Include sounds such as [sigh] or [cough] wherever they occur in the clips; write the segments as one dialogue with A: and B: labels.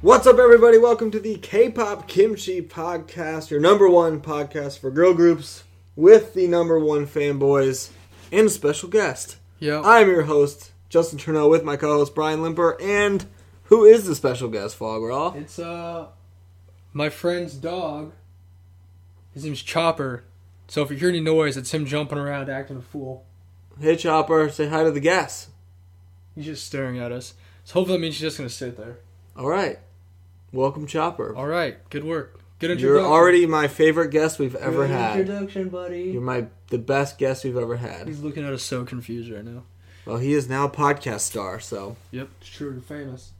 A: What's up, everybody? Welcome to the K-pop Kimchi Podcast, your number one podcast for girl groups with the number one fanboys and a special guest.
B: Yep.
A: I'm your host Justin Turneau with my co-host Brian Limper, and who is the special guest, Foggerall?
B: it's uh my friend's dog. His name's Chopper. So if you hear any noise, it's him jumping around acting a fool.
A: Hey, Chopper, say hi to the guests.
B: He's just staring at us. So hopefully that means he's just gonna sit there.
A: All right, welcome, Chopper.
B: All right. Good work. Good
A: You're
B: introduction.
A: already my favorite guest we've ever
B: Good
A: had.
B: introduction, buddy.
A: You're my the best guest we've ever had.
B: He's looking at us so confused right now.
A: Well, he is now a podcast star, so
B: Yep. It's true. You're famous.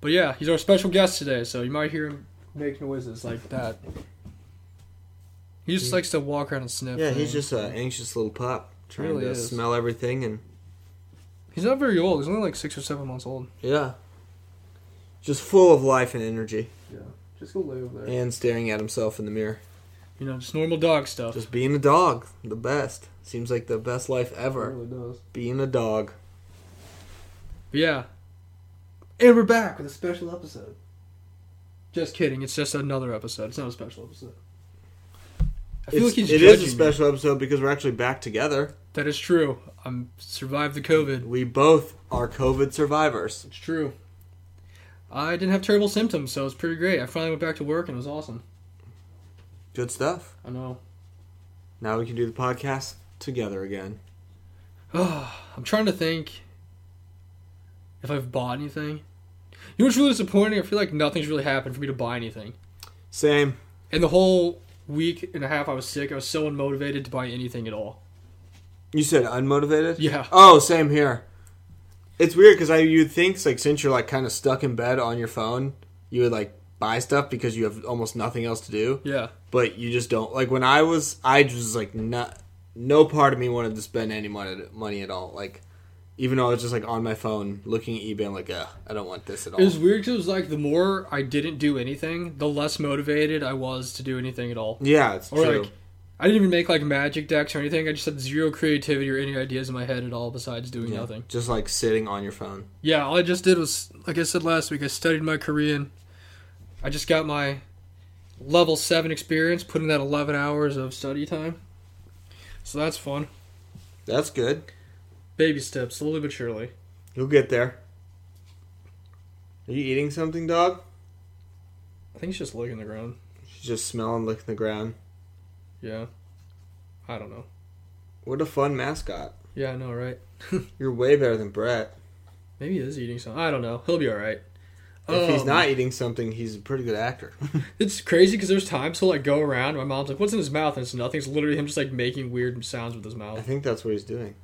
B: But yeah, he's our special guest today, so you might hear him make noises like that. He just likes to walk around and sniff.
A: yeah, he's
B: things.
A: just an anxious little pup trying
B: Really
A: to
B: is.
A: smell everything and
B: He's not very old. He's only like six or seven months old.
A: yeah, just full of life and energy,
B: Yeah. Just go lay over there.
A: and staring at himself in the mirror.
B: You know, just normal dog stuff.
A: Just being a dog, the best. Seems like the best life ever.
B: does.
A: Being a dog.
B: yeah. And we're back with a special episode. Just kidding. It's just another episode. It's not a special episode. I feel
A: It's-
B: like he's
A: it
B: judging
A: is a
B: me.
A: special episode because we're actually back together.
B: That is true. I'm survived the COVID.
A: We both are COVID survivors.
B: It's true. I didn't have terrible symptoms, so it's pretty great. I finally went back to work and it was awesome.
A: Good stuff.
B: I know. [sighs]
A: Now we can do the podcast together again.
B: I'm trying to think if I've bought anything. You know what's really disappointing? I feel like nothing's really happened for me to buy anything.
A: Same.
B: And the whole week and a half I was sick, I was so unmotivated to buy anything at all.
A: You said unmotivated?
B: Yeah.
A: Oh, same here. It's weird because I you think like since you're like kind of stuck in bed on your phone, you would like buy stuff because you have almost nothing else to do.
B: Yeah.
A: but you just don't like when i was i just was like not no part of me wanted to spend any money money at all like even though i was just like on my phone looking at ebay i'm like Ugh, i don't want this at all
B: It was weird because it was like the more I didn't do anything, the less motivated I was to do anything at all.
A: yeah it's
B: Or
A: true
B: like, I didn't even make like magic decks or anything. I just had zero creativity or any ideas in my head at all besides doing
A: Yeah,
B: nothing.
A: just like sitting on your phone
B: Yeah, all I just did was, like I said last week, I studied my Korean. I just got my level 7 experience, put in that 11 hours of study time. So that's fun.
A: that's good
B: Baby steps, slowly but surely.
A: you'll get there are you eating something dog
B: I think it's just licking the ground.
A: she's just smelling licking the ground
B: Yeah. I don't know.
A: what a fun mascot
B: Yeah, I know, right?
A: you're way better than brett
B: Maybe he is eating something. I don't know. He'll be all right.
A: if he's
B: Um,
A: not eating something he's a pretty good actor
B: it's crazy because there's times he'll like go around. My mom's like, "What's in his mouth?" And it's nothing. It's literally him just like making weird sounds with his
A: i
B: mouth.
A: think that's what he's doing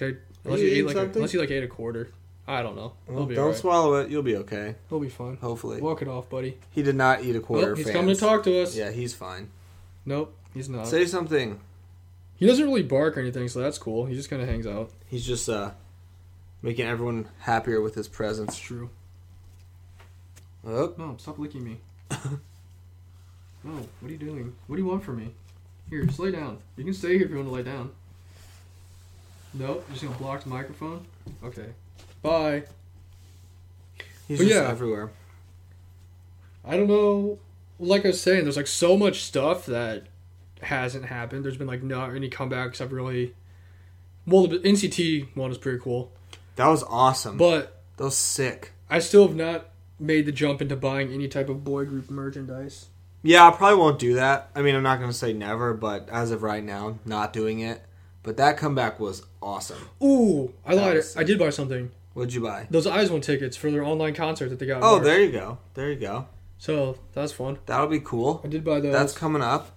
B: Okay, unless
A: you
B: he ate
A: eating
B: like a,
A: something?
B: unless he like ate a quarter. I don't know. He'll
A: Well,
B: be
A: don't
B: all right.
A: swallow it you'll be okay
B: he'll be fine.
A: hopefully
B: Walk it off, buddy.
A: He did not eat a quarter.
B: Nope, oh, he's
A: fans.
B: coming to talk to us. Uh,
A: Yeah, he's fine.
B: Nope, he's not.
A: Say something.
B: He doesn't really bark or anything, so that's cool. He just kind of hangs out.
A: He's just uh, making everyone happier with his presence.
B: true.
A: Oh,
B: Mom, stop licking me. Mom, what are you doing? What do you want from me? Here, just lay down. You can stay here if you want to lay down. Nope, just gonna block the microphone. Okay. Bye.
A: he's
B: But
A: just
B: yeah.
A: everywhere.
B: I don't know. Like I was saying, there's like so much stuff that hasn't happened. There's been like not any comebacks I've really. Well, the NCT one is pretty cool,
A: That was awesome.
B: but
A: that was sick.
B: I still have not made the jump into buying any type of boy group merchandise.
A: Yeah, I probably won't do that. I mean, I'm not gonna say never, but as of right now, not doing it. But that comeback was awesome.
B: Ooh, I lied.
A: Nice.
B: I did buy something.
A: What'd you buy?
B: Those Eyes One tickets for their online concert that they got. in
A: Oh,
B: March.
A: there you go. There you go.
B: So that's fun.
A: That'll be cool.
B: I did buy those.
A: That's coming up.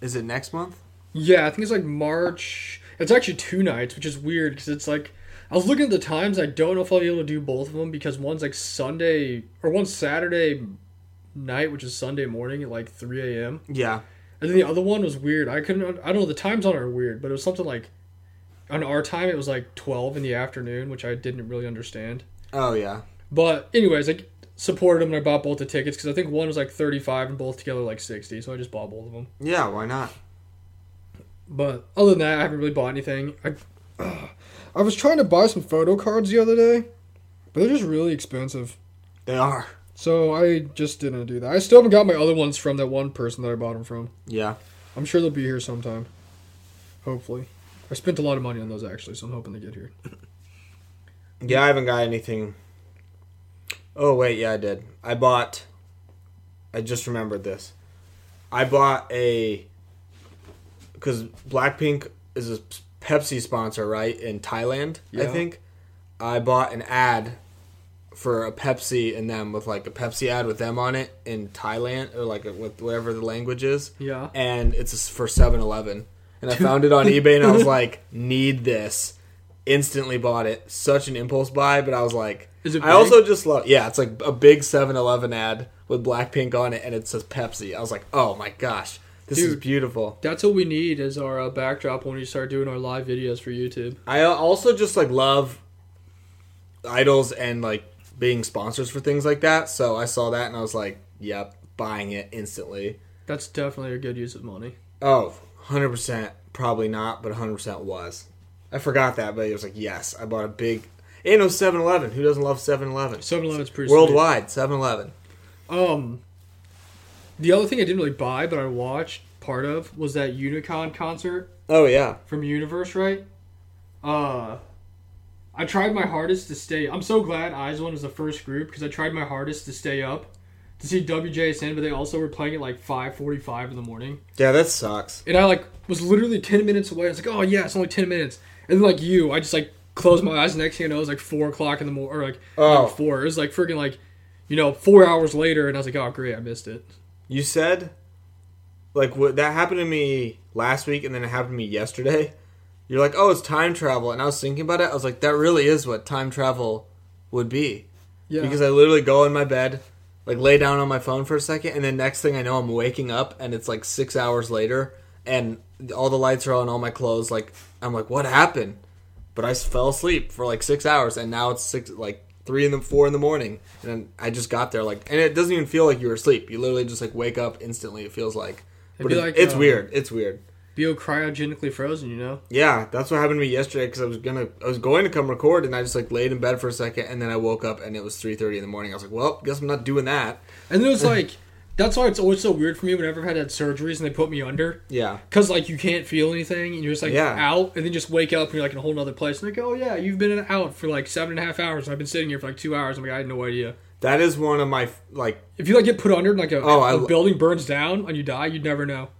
A: Is it next month?
B: yeah, I think it's like March. It's actually two nights, which is weird because it's like I was looking at the times. I don't know if I'll be able to do both of them because one's like Sunday or one's Saturday night, which is Sunday morning at like three a.m.
A: Yeah.
B: And then the other one was weird. I couldn't. I don't know. The times on it are weird, but it was something like on our time it was like twelve in the afternoon, which I didn't really understand.
A: Oh yeah.
B: But anyways, I supported them and I bought both the tickets because I think one was like 35 and both together like 60. So I just bought both of them.
A: Yeah. Why not?
B: But other than [clears throat] that, I haven't really bought anything. I I was trying to buy some photo cards the other day, But they're just really expensive.
A: They are.
B: So I just didn't do that. I still haven't got my other ones from that one person that I bought them from.
A: Yeah.
B: I'm sure they'll be here sometime. Hopefully. I spent a lot of money on those actually, so I'm hoping they get here.
A: Yeah, I haven't got anything. Oh wait, yeah, I did. I bought. I just remembered this. I bought a. Because Blackpink is a Pepsi sponsor, right? In Thailand, I
B: Yeah.
A: think. I bought an ad for a Pepsi and them with like a Pepsi ad with them on it in Thailand or like with whatever the language is.
B: Yeah.
A: And it's for 7 Eleven. And I found it on
B: [laughs]
A: eBay and I was like, need this. Instantly bought it. Such an impulse buy, but I was like,
B: Is it
A: I also just love, yeah, it's like a big 7 Eleven ad with Blackpink on it and it says Pepsi. I was like, oh my gosh, this is
B: Dude.
A: beautiful.
B: That's what we need as our uh, backdrop when we start doing our live videos for YouTube.
A: I uh, also just like love idols and like being sponsors for things like that. So I saw that and I was like, yep, buying it instantly.
B: That's definitely a good use of money.
A: Oh, 100% probably not, but 100% was. I forgot that, but it was like, yes, I bought a big. And it was 7 Eleven. Who doesn't love 7 Eleven?
B: 7 Eleven's pretty
A: Worldwide, 7 Eleven.
B: sweet. Um, the other thing I didn't really buy, but I watched part of, was that Unicon concert
A: Oh, yeah.
B: from Universe, right? Uh, I tried my hardest to stay. I'm so glad Eyes One was the first group because I tried my hardest to stay up to see WJSN, but they also were playing at like 5:45 in the morning,
A: Yeah, that sucks.
B: and I like was literally 10 minutes away. I was like, oh yeah, it's only 10 minutes, and then like you, I just like closed my eyes. Next thing I know, it was like four o'clock in the morning, or like
A: Oh.
B: like, four. It was like freaking like, you know, four hours later, and I was like, oh great, I missed it.
A: You said, like, what, that happened to me last week and then it happened to me yesterday. You're like, oh, it's time travel. And I was thinking about it. I was like, that really is what time travel would be.
B: Yeah,
A: Because I literally go in my bed, like lay down on my phone for a second, and then next thing I know, I'm waking up and it's like six hours later, and all the lights are on, all my clothes. Like I'm like, what happened? But I s- fell asleep for like six hours, and now it's six, like three in the four in the morning, and then I just got there. Like, and it doesn't even feel like you were asleep. You literally just like wake up instantly. It feels like,
B: It'd
A: but
B: be
A: it's,
B: like,
A: it's
B: uh,
A: weird. It's weird.
B: be cryogenically frozen, you know.
A: Yeah, that's what happened to me yesterday because I was gonna, I was going to come record, and I just like laid in bed for a second, and then I woke up, and it was three thirty in the morning. I was like, well, guess I'm not doing that. [laughs]
B: And then it's like, that's why it's always so weird for me whenever I've had had surgeries and they put me under.
A: Yeah.
B: Because, like, you can't feel anything and you're just, like,
A: Yeah.
B: out. And then just wake up and you're, like, in a whole nother place. And, like, oh, yeah, you've been out for, like, seven and a half hours. And I've been sitting here for, like, two hours. I'm like, I had no idea.
A: That is one of my like
B: If you, like, get put under and, like, a,
A: Oh,
B: a
A: I-
B: building burns down and you die, you'd never know.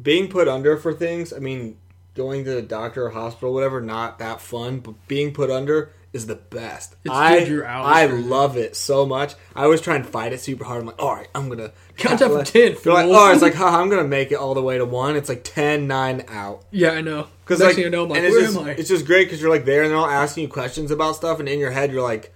A: being put under for things. I mean, going to the doctor or hospital, whatever, not that fun. But being put under is the best.
B: It's
A: I
B: good you're out.
A: I
B: It's good.
A: love it so much. I always try and fight it super hard. I'm like, all right, I'm gonna
B: Count down from
A: capitalize."
B: 10,
A: You're like,
B: fool.
A: oh, it's like, haha, I'm gonna make it all the way to one. It's like 10, 9 out.
B: Yeah, I know.
A: Because
B: Next
A: like,
B: thing you know, I'm like,
A: and it's
B: where
A: just,
B: am I?
A: It's just great because you're like there, and they're all asking you questions about stuff, and in your head, you're like,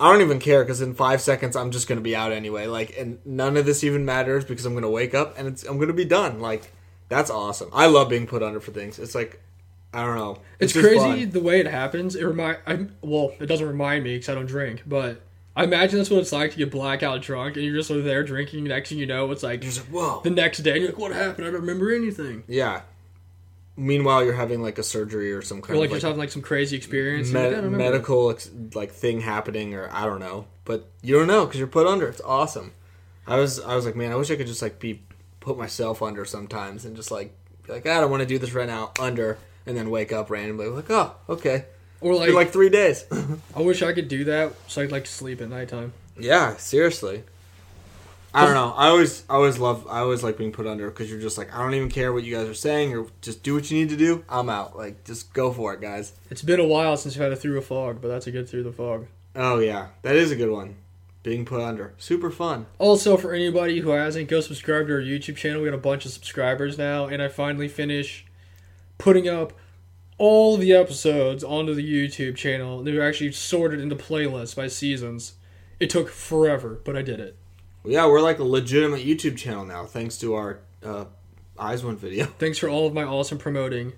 A: I don't even care because in five seconds, I'm just gonna be out anyway. Like, and none of this even matters because I'm gonna wake up and it's I'm gonna be done. Like, that's awesome. I love being put under for things. It's like, I don't know.
B: It's
A: just
B: crazy
A: fun.
B: the way it happens. It remind I well, it doesn't remind me because I don't drink, but I imagine that's what it's like to get blackout drunk and you're just over there drinking. And next thing you know, it's like
A: You're just like, whoa.
B: the next day. And you're like, what happened? I don't remember anything.
A: yeah. Meanwhile, you're having like a surgery or some kind
B: Or like
A: of
B: just
A: like,
B: having like some crazy experience. and you're like, I
A: med-
B: don't remember that."
A: medical ex- like thing happening, or I don't know. But you don't know because you're put under. It's awesome. I was I was like, man, I wish I could just like be put myself under sometimes and just like be like I don't want to do this right now under, and then wake up randomly like oh okay,
B: Or
A: like,
B: like,
A: like three days. [laughs]
B: I wish I could do that so I'd like sleep at nighttime.
A: yeah, seriously. I don't know. I always I always love I always like being put under because you're just like I don't even care what you guys are saying or just do what you need to do. I'm out. Like just go for it, guys.
B: It's been a while since I've had a through a fog, but that's a good through the fog.
A: Oh yeah, that is a good one. Being put under, super fun.
B: Also, for anybody who hasn't, go subscribe to our YouTube channel. We got a bunch of subscribers now, and I finally finish putting up all the episodes onto the YouTube channel. They were actually sorted into playlists by seasons. It took forever, but I did it.
A: Yeah, we're like a legitimate YouTube channel now, thanks to our uh, Eyes One video. [laughs]
B: Thanks for all of my awesome promoting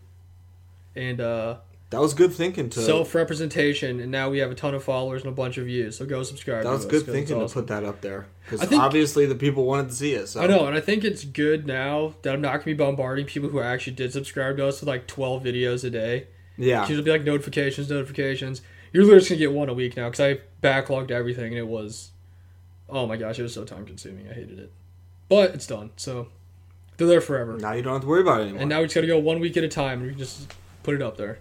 B: and uh,
A: That was good thinking to.
B: self representation, and now we have a ton of followers and a bunch of views. So go subscribe.
A: that
B: to
A: was good
B: us, 'cause it's
A: thinking
B: awesome.
A: to put that up there because
B: I think-
A: obviously the people wanted to see it. So
B: I know, and I think it's good now that I'm not gonna be bombarding people who actually did subscribe to us with like 12 videos a day.
A: Yeah.
B: So it'll be like notifications, notifications. You're literally just gonna get one a week now because I backlogged everything and it was, oh my gosh, it was so time consuming. I hated it, but it's done. So they're there forever.
A: Now you don't have to worry about it anymore.
B: And now we just gotta go one week at a time and we can just put it up there.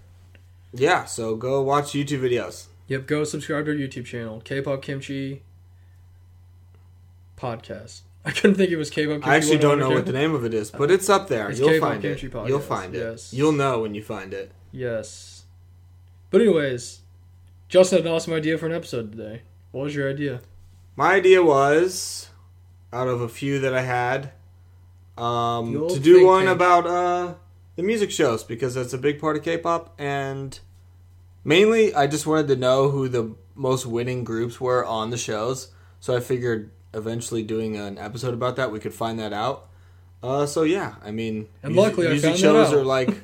A: yeah, so go watch YouTube videos.
B: Yep, go subscribe to our YouTube channel, K-pop Kimchi Podcast. [laughs] I couldn't think it was K-pop. Kimchi
A: I actually don't know
B: 100.
A: what the name of it is, but it's up there.
B: It's
A: You'll
B: K-pop
A: find it.
B: Kimchi Podcast,
A: You'll find it.
B: yes.
A: You'll know when you find it.
B: Yes, but anyways, Justin had an awesome idea for an episode today. What was your idea?
A: My idea was, out of a few that I had,
B: The
A: um,
B: old
A: to do
B: think
A: one
B: tank.
A: about uh, the music shows because that's a big part of K-pop, and mainly I just wanted to know who the most winning groups were on the shows. So I figured eventually doing an episode about that, we could find that out. Uh, so yeah, I mean,
B: And luckily I found that
A: shows
B: out.
A: are like. [laughs]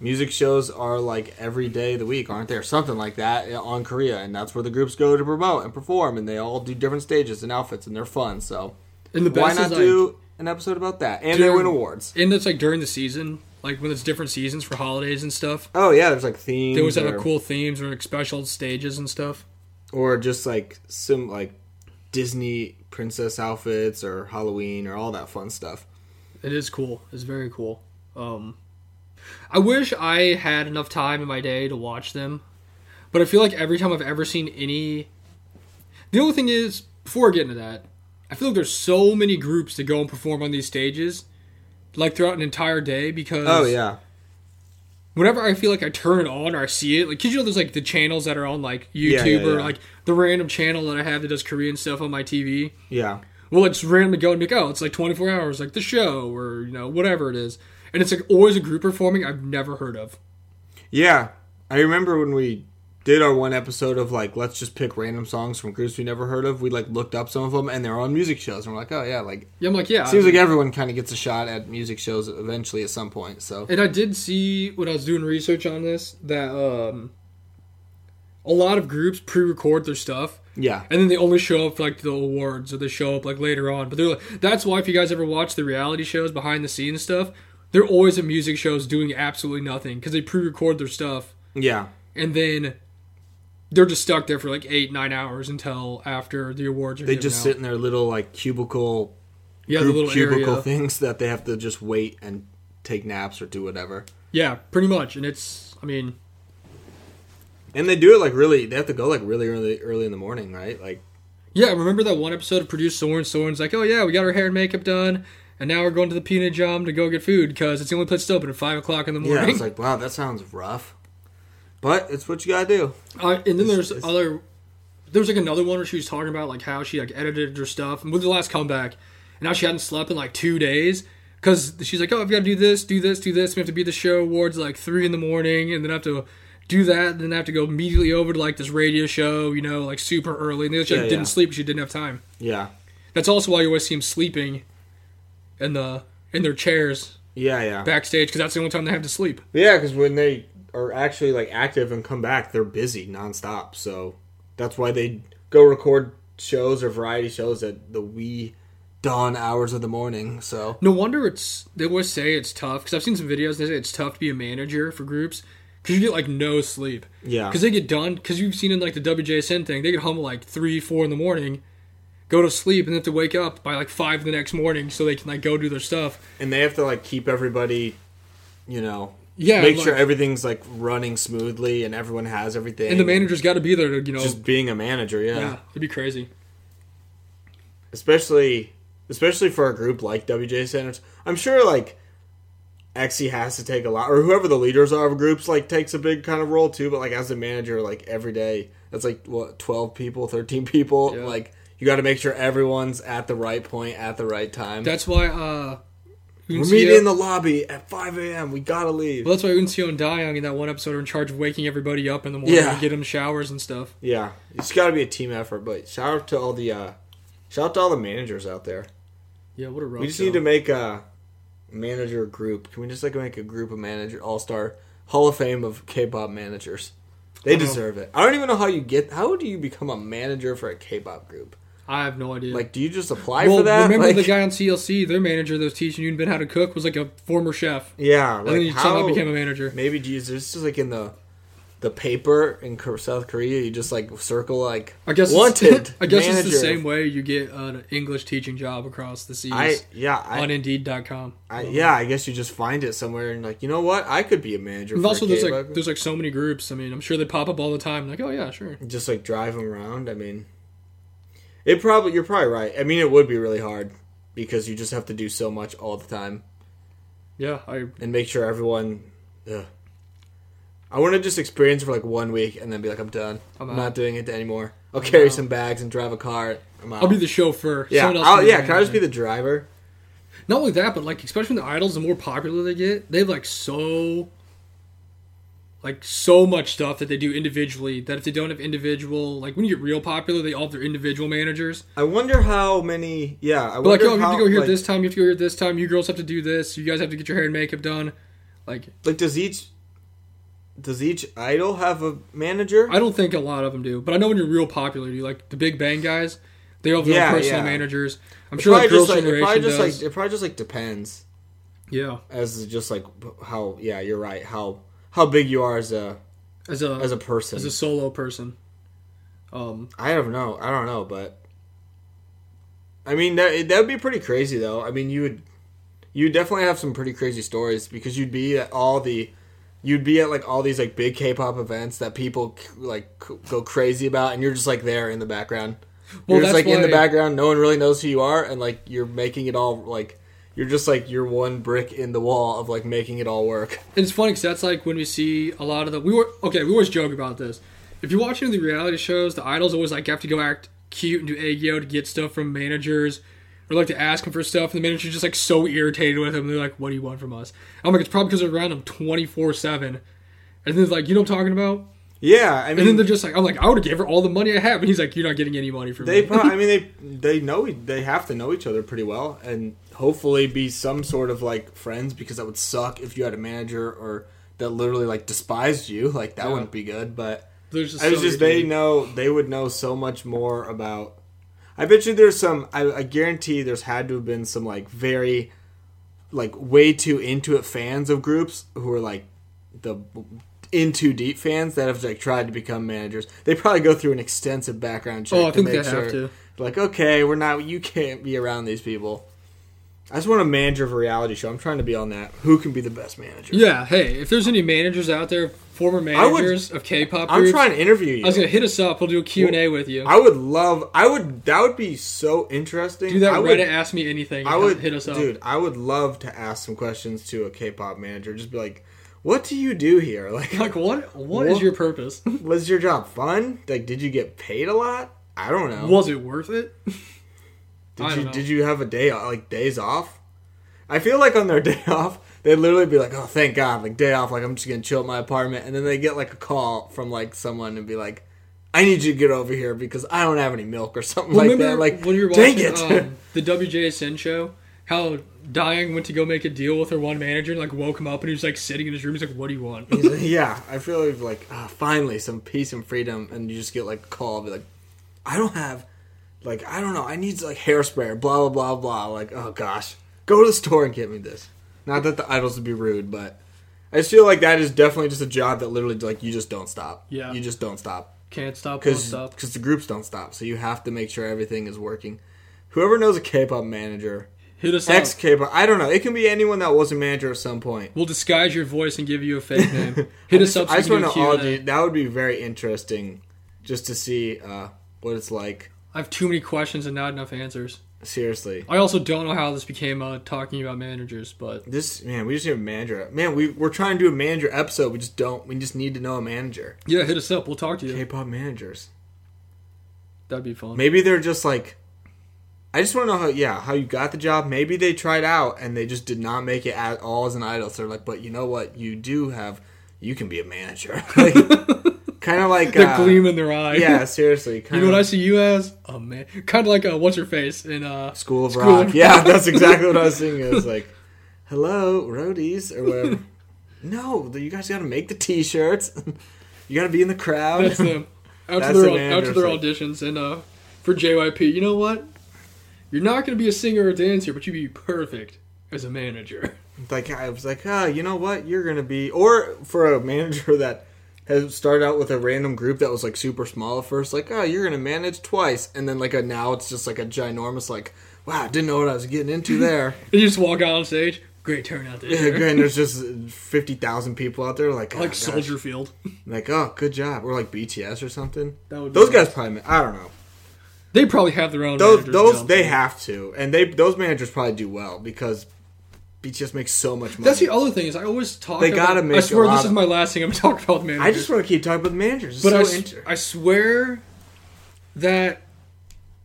A: Music shows are like every day of the week, aren't they? Or something like that eh, on Korea, and that's where the groups go to promote and perform, and they all do different stages and outfits, and they're fun. So
B: And the
A: why
B: best
A: not
B: is, like,
A: do an episode about that? And they
B: during-
A: win awards.
B: And that's like during the season, like when it's different seasons for holidays and stuff.
A: Oh yeah, there's like themes.
B: They always have
A: or,
B: like cool themes or like special stages and stuff.
A: or just like some like Disney princess outfits or Halloween or all that fun stuff.
B: It is cool. It's very cool. Um, I wish I had enough time in my day to watch them, but I feel like every time I've ever seen any, the only thing is before getting to that, I feel like there's so many groups that go and perform on these stages, like throughout an entire day because
A: Oh yeah,
B: whenever I feel like I turn it on or I see it, like, cause you know, there's like the channels that are on like YouTube
A: Yeah, yeah,
B: or
A: yeah.
B: like the random channel that I have that does Korean stuff on my TV.
A: yeah,
B: Well, it's randomly go and be like, oh, it's like 24 hours, like the show or you know whatever it is, and it's like always a group performing I've never heard of.
A: yeah. I remember when we did our one episode of like let's just pick random songs from groups we never heard of. We like looked up some of them and they're on music shows, and we're like, oh yeah, like
B: Yeah, I'm like, yeah.
A: seems like everyone kind of gets a shot at music shows eventually at some point. So
B: and I did see when I was doing research on this that um, a lot of groups pre-record their stuff
A: yeah,
B: And then they only show up for like the awards, or they show up like later on. But they're like, that's why if you guys ever watch the reality shows, behind the scenes stuff, they're always at music shows doing absolutely nothing because they pre-record their stuff
A: yeah,
B: and then they're just stuck there for like eight, nine hours until after the awards are.
A: they
B: given
A: just
B: out.
A: sit in their little like cubicle
B: yeah,
A: group
B: the little
A: cubicle
B: area.
A: things that they have to just wait and take naps or do whatever.
B: Yeah, pretty much. And it's, I mean,
A: And they do it like really. They have to go like really early, early in the morning, right? Like
B: yeah. Remember that one episode of Produce Soren? Soren's like, oh yeah, we got our hair and makeup done, and now we're going to the peanut jam to go get food because it's the only place that's open at five o'clock in the
A: yeah,
B: morning.
A: it's like wow, that sounds rough, but it's what you gotta do.
B: Uh, and then there's
A: it's-
B: other. There was like another one where she was talking about like how she like edited her stuff and with the last comeback, and now she hadn't slept in like two days because she's like, oh, I've got to do this, do this, do this. We have to be at the show awards at, like three in the morning, and then I have to do that, and then I have to go immediately over to like this radio show, you know, like super early. And then she like,
A: Yeah,
B: didn't
A: yeah.
B: sleep; she didn't have time.
A: Yeah,
B: That's also why you always see them sleeping in the in their chairs
A: yeah, yeah,
B: backstage because that's the only time they have to sleep.
A: yeah. Because when they are actually like active and come back, they're busy nonstop. So that's why they go record shows or variety shows at the wee dawn hours of the morning. So
B: No wonder it's they always say it's tough because I've seen some videos. They say it's tough to be a manager for groups because you get like no sleep
A: yeah,
B: because they get done because you've seen in like the WJSN thing they get home at like three four in the morning, go to sleep and have to wake up by like five the next morning so they can like go do their stuff.
A: and they have to like keep everybody, you know,
B: Yeah,
A: make
B: like-
A: sure everything's like running smoothly and everyone has everything.
B: and the manager's got to be there to you know
A: just being a manager, yeah.
B: yeah it'd be crazy.
A: especially especially for a group like WJ Sanders. I'm sure like Exy has to take a lot, or whoever the leaders are of groups like takes a big kind of role too. But like as a manager, like every day, that's like what twelve people, thirteen people,
B: Yeah.
A: like. You got to make sure everyone's at the right point at the right time.
B: That's why uh,
A: We're
B: Eunse-
A: meeting in the lobby at 5 a.m. We got to leave.
B: well, that's why Uncio and Dayang in that one episode are in charge of waking everybody up in the morning
A: Yeah.
B: and get them showers and stuff.
A: Yeah, it's got to be a team effort. But shout out to all the uh, shout out to all the managers out there.
B: Yeah, what a rough.
A: We just
B: show.
A: need to make a manager group. Can we just like make a group of manager all star Hall of Fame of K-pop managers? They
B: I don't know.
A: deserve it. I don't even know how you get. How do you become a manager for a K-pop group?
B: I have no idea.
A: Like, do you just apply
B: well,
A: for that?
B: remember
A: Like,
B: the guy on CLC, their manager that was teaching you Ben how to cook was like a former chef,
A: [laughs] Yeah,
B: and then
A: like
B: he
A: how?
B: somehow became a manager.
A: maybe do you just just, like in the the paper in Ko- South Korea? You just like circle like
B: I guess
A: wanted.
B: It's, [laughs] I guess
A: manager.
B: it's the same way you get an English teaching job across the seas
A: I yeah I,
B: on Indeed.com.
A: I yeah I guess you just find it somewhere and like you know what I could be a manager.
B: And
A: for
B: also,
A: a
B: there's
A: kid,
B: like
A: but-
B: there's like so many groups. I mean, I'm sure they pop up all the time. Like, oh yeah, sure.
A: just like drive them around. I mean, it probably you're probably right. I mean, it would be really hard because you just have to do so much all the time
B: Yeah, I
A: and make sure everyone. Ugh. I want to just experience for like one week and then be like, I'm done. I'm,
B: I'm out.
A: not doing it anymore. I'll carry
B: out.
A: some bags and drive a car. I'm out.
B: I'll be the chauffeur.
A: yeah,
B: Someone else
A: I'll,
B: can
A: yeah. Can I just be
B: manager.
A: the driver?
B: Not only that, but like especially when the idols, the more popular they get, they have like so like so much stuff that they do individually that if they don't have individual like when you get real popular, they all have their individual managers.
A: I wonder how many. Yeah, I
B: But like,
A: wonder
B: yo, you
A: how.
B: have to go here
A: like,
B: this time, you have to go here this time, you girls have to do this, you guys have to get your hair and makeup done. Like
A: like, does each does each idol have a manager?
B: I don't think a lot of them do, but I know when you're real popular, you like the Big Bang guys, they all have their own
A: Yeah,
B: personal
A: yeah.
B: managers. I'm
A: It
B: sure like
A: probably
B: Girls
A: just, like, it
B: Generation
A: probably
B: does.
A: just like it probably just like depends.
B: yeah,
A: as just like how yeah you're right how how big you are as a
B: as a
A: as
B: as
A: a
B: a,
A: person
B: as a solo person. Um,
A: i don't know i don't know but i mean that that would be pretty crazy though i mean you would you would definitely have some pretty crazy stories because you'd be at all the you'd be at like all these like big k-pop events that people like go crazy about and you're just like there in the background
B: Well,
A: you're just
B: that's
A: like in the
B: why-
A: background no one really knows who you are and like you're making it all like you're just like you're one brick in the wall of like making it all work
B: And it's funny because that's like when we see a lot of the we were okay. We always joke about this. If you watch any of the reality shows, the idols always like have to go act cute and do agio to get stuff from managers, or like to ask them for stuff, and the manager's just like so irritated with them. They're like, "What do you want from us?" I'm like, "It's probably because they're around them 24 seven." And then it's like, "You know what I'm talking about?"
A: yeah i mean
B: And then they're just like, "I'm like, I would have gave her all the money I have," and he's like, "You're not getting any money from
A: They,
B: me."
A: pro- I mean, they they know e- they have to know each other pretty well, and hopefully be some sort of like friends because that would suck if you had a manager or that literally like despised you. Like that
B: Yeah.
A: wouldn't be good. But
B: They're just
A: I was
B: so
A: just they
B: irritated.
A: know they would know so much more about. I bet you there's some. I, I guarantee there's had to have been some like very, like way too into it fans of groups who are like the in too deep fans that have like tried to become managers. They probably go through an extensive background check
B: Oh, I
A: to
B: think
A: make
B: they
A: sure
B: have to.
A: like okay we're not you can't be around these people i just want a manager of a reality show i'm trying to be on that who can be the best manager
B: Yeah. Hey, if there's any managers out there, former
A: would-
B: managers of K-pop
A: i'm
B: groups,
A: trying to interview you
B: I was gonna hit us up. We'll do a Q and A with you.
A: i would love i would that would be so interesting
B: Do that
A: i
B: Reddit
A: would
B: ask me anything.
A: i would
B: hit us up.
A: dude i would love to ask some questions to a k-pop manager just be like what do you do here [laughs] like
B: Like what? what
A: What?
B: is your
A: [laughs]
B: purpose?
A: was your job fun like did you get paid a lot i don't know
B: Was it worth it?
A: Did
B: I
A: you
B: don't know.
A: did you have a day o- like days off? I feel like on their [laughs] day off, they'd literally be like, "Oh, thank God, like day off, like I'm just gonna chill at my apartment," and then they get like a call from like someone and be like, "I need you to get over here because I don't have any milk or something like
B: Remember
A: that." Like,
B: when you were
A: dang
B: watching
A: it,
B: um, the WJSN show, how Dying went to go make a deal with her one manager and like woke him up and he was like sitting in his room. He's like, "What do you want?" [laughs]
A: He's like, yeah, I feel like like ah, finally some peace and freedom, and you just get like a call, be like, "I don't have." Like I don't know, I need like hairspray, or blah blah blah blah. Like oh gosh, go to the store and get me this. Not that the idols would be rude, but I just feel like that is definitely just a job that literally like you just don't stop.
B: Yeah.
A: you just don't stop
B: Can't stop, won't
A: because
B: stop.
A: the groups don't stop. So you have to make sure everything is working. Whoever knows a K-pop manager,
B: Hit us
A: ex
B: up.
A: K-pop, I don't know. It can be anyone that was a manager at some point.
B: We'll disguise your voice and give you
A: [laughs]
B: a fake name. Hit us up. So
A: I just
B: we
A: want to know
B: can do a Q
A: all
B: and
A: the,
B: A.
A: that would be very interesting just to see uh, what it's like.
B: I have too many questions and not enough answers.
A: Seriously.
B: I also don't know how this became uh, talking about managers, but
A: This man, we just need a manager. Man, we we're trying to do a manager episode. We just don't. We just need to know a manager.
B: yeah, hit us up. We'll talk to you.
A: K-pop managers.
B: That'd be fun.
A: Maybe they're just like. I just want to know how. Yeah, how you got the job. Maybe they tried out and they just did not make it at all as an idol. So they're like, but you know what? You do have. You can be a manager. [laughs] Like, kind of like.
B: The
A: uh,
B: gleam in their eye.
A: Yeah, seriously. Kind
B: [laughs] You know
A: of,
B: what I see you as? Oh man, kind of like uh, what's her face in uh,
A: School of
B: School
A: Rock.
B: of
A: Yeah, [laughs] that's exactly what I was thinking.
B: [laughs]
A: It was like, hello, roadies, or whatever. no, you guys got to make the t shirts. [laughs] you got to be in the crowd.
B: that's them out
A: That's
B: to their
A: the
B: out to their
A: Anderson.
B: auditions and uh, for JYP. You know what? You're not going to be a singer or dancer, but you'd be perfect as a manager.
A: [laughs]
B: [laughs]
A: Like I was like, ah, you know what? You're gonna be or for a manager that has started out with a random group that was like super small at first, like, oh, you're gonna manage twice, and then like a now it's just like a ginormous like, wow, I didn't know what I was getting into
B: [laughs]
A: there.
B: And you just walk out on stage. Great turnout this year.
A: and there's just fifty thousand people out there like, oh,
B: [laughs] like
A: gosh.
B: Soldier Field.
A: like oh, good job, or like BTS or something.
B: That would be
A: Those
B: nice.
A: guys probably, ma- I don't know.
B: They probably have their own.
A: Those
B: managers
A: those
B: now.
A: they have to, and they those managers probably do well because BTS makes so much money.
B: That's the other thing is I always talk.
A: They
B: about,
A: gotta make
B: I
A: a
B: swear
A: lot
B: this is
A: of-
B: my last thing I'm talking about, man.
A: I just want to keep talking about the managers. It's
B: but I,
A: so
B: s-
A: inter-
B: I swear that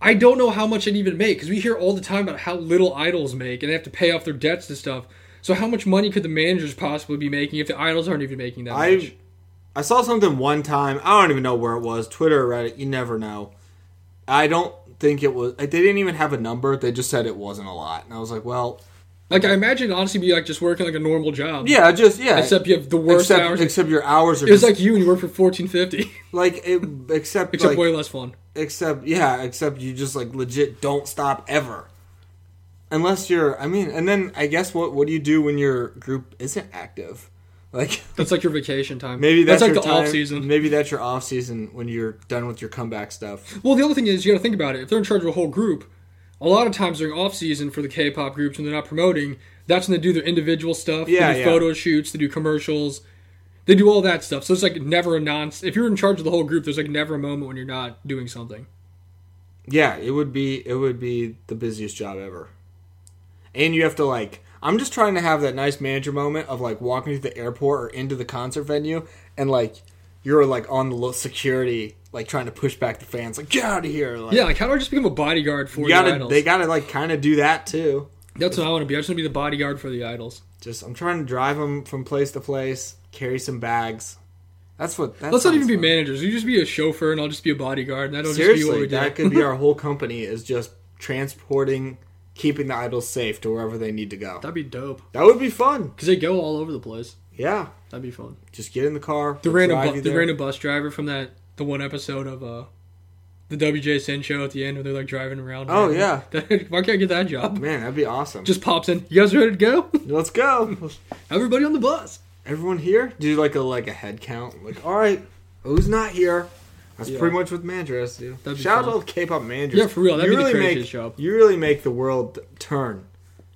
B: I don't know how much it even make because we hear all the time about how little idols make and they have to pay off their debts and stuff. So how much money could the managers possibly be making if the idols aren't even making that
A: I-
B: much?
A: I saw something one time. I don't even know where it was. Twitter or Reddit. You never know. I don't think it was. They didn't even have a number. They just said it wasn't a lot. And I was like, well,
B: Like I imagine it honestly be like just working like a normal job.
A: yeah, just yeah.
B: Except you have the worst
A: except,
B: hours.
A: except your hours are
B: it was
A: just,
B: like you and you work for fourteen fifty. [laughs]
A: like it, except
B: Except
A: like,
B: way less fun.
A: except yeah, except you just like legit don't stop ever. Unless you're, I mean, and then I guess what what do you do when your group isn't active? [laughs] Like
B: That's like your vacation time.
A: maybe that's,
B: like
A: your
B: the
A: time,
B: off season.
A: Maybe that's your off season when you're done with your comeback stuff.
B: Well, the other thing is you got to think about it. If they're in charge of a whole group, a lot of times during off season for the K-pop groups when they're not promoting, that's when they do their individual stuff.
A: Yeah,
B: they do
A: yeah.
B: photo shoots, they do commercials, they do all that stuff. So it's like never a non. If you're in charge of the whole group, there's like never a moment when you're not doing something.
A: Yeah, it would be it would be the busiest job ever. And you have to like I'm just trying to have that nice manager moment of like walking to the airport or into the concert venue and like you're like on the lo- security like trying to push back the fans like get out of here like
B: Yeah, like how do I just become a bodyguard for
A: you
B: the
A: gotta
B: idols?
A: they gotta like kind of do that too.
B: That's what I want to be. I just want to be the bodyguard for the idols.
A: Just I'm trying to drive them from place to place, carry some bags. That's what. That
B: Let's not even
A: sounds
B: be
A: fun.
B: managers. You just be a chauffeur, and I'll just be a bodyguard, and that'll just be what
A: Seriously,
B: we do.
A: that could be our whole company is just transporting, keeping the idols safe to wherever they need to go.
B: [laughs] That'd be dope
A: That would be fun.
B: because they go all over the place.
A: Yeah,
B: That'd be fun.
A: just get in the car.
B: The
A: we'll
B: random,
A: drive
B: bu-
A: you
B: the
A: there.
B: random bus driver from that the one episode of uh, the WJ Sin show at the end where they're like driving around.
A: Oh, yeah.
B: That- [laughs] why can't I get that job?
A: Man, that'd be awesome.
B: Just pops in. You guys ready to go? [laughs]
A: Let's go.
B: Everybody on the bus.
A: Everyone here? Do like a like a head count. Like, all right, who's not here? That's
B: Yeah.
A: pretty much what manager has to do.
B: That'd be
A: Shout out
B: fun.
A: to all the K-pop managers.
B: Yeah, for real, that'd
A: you
B: be the
A: really make
B: craziest job.
A: you really make the world turn.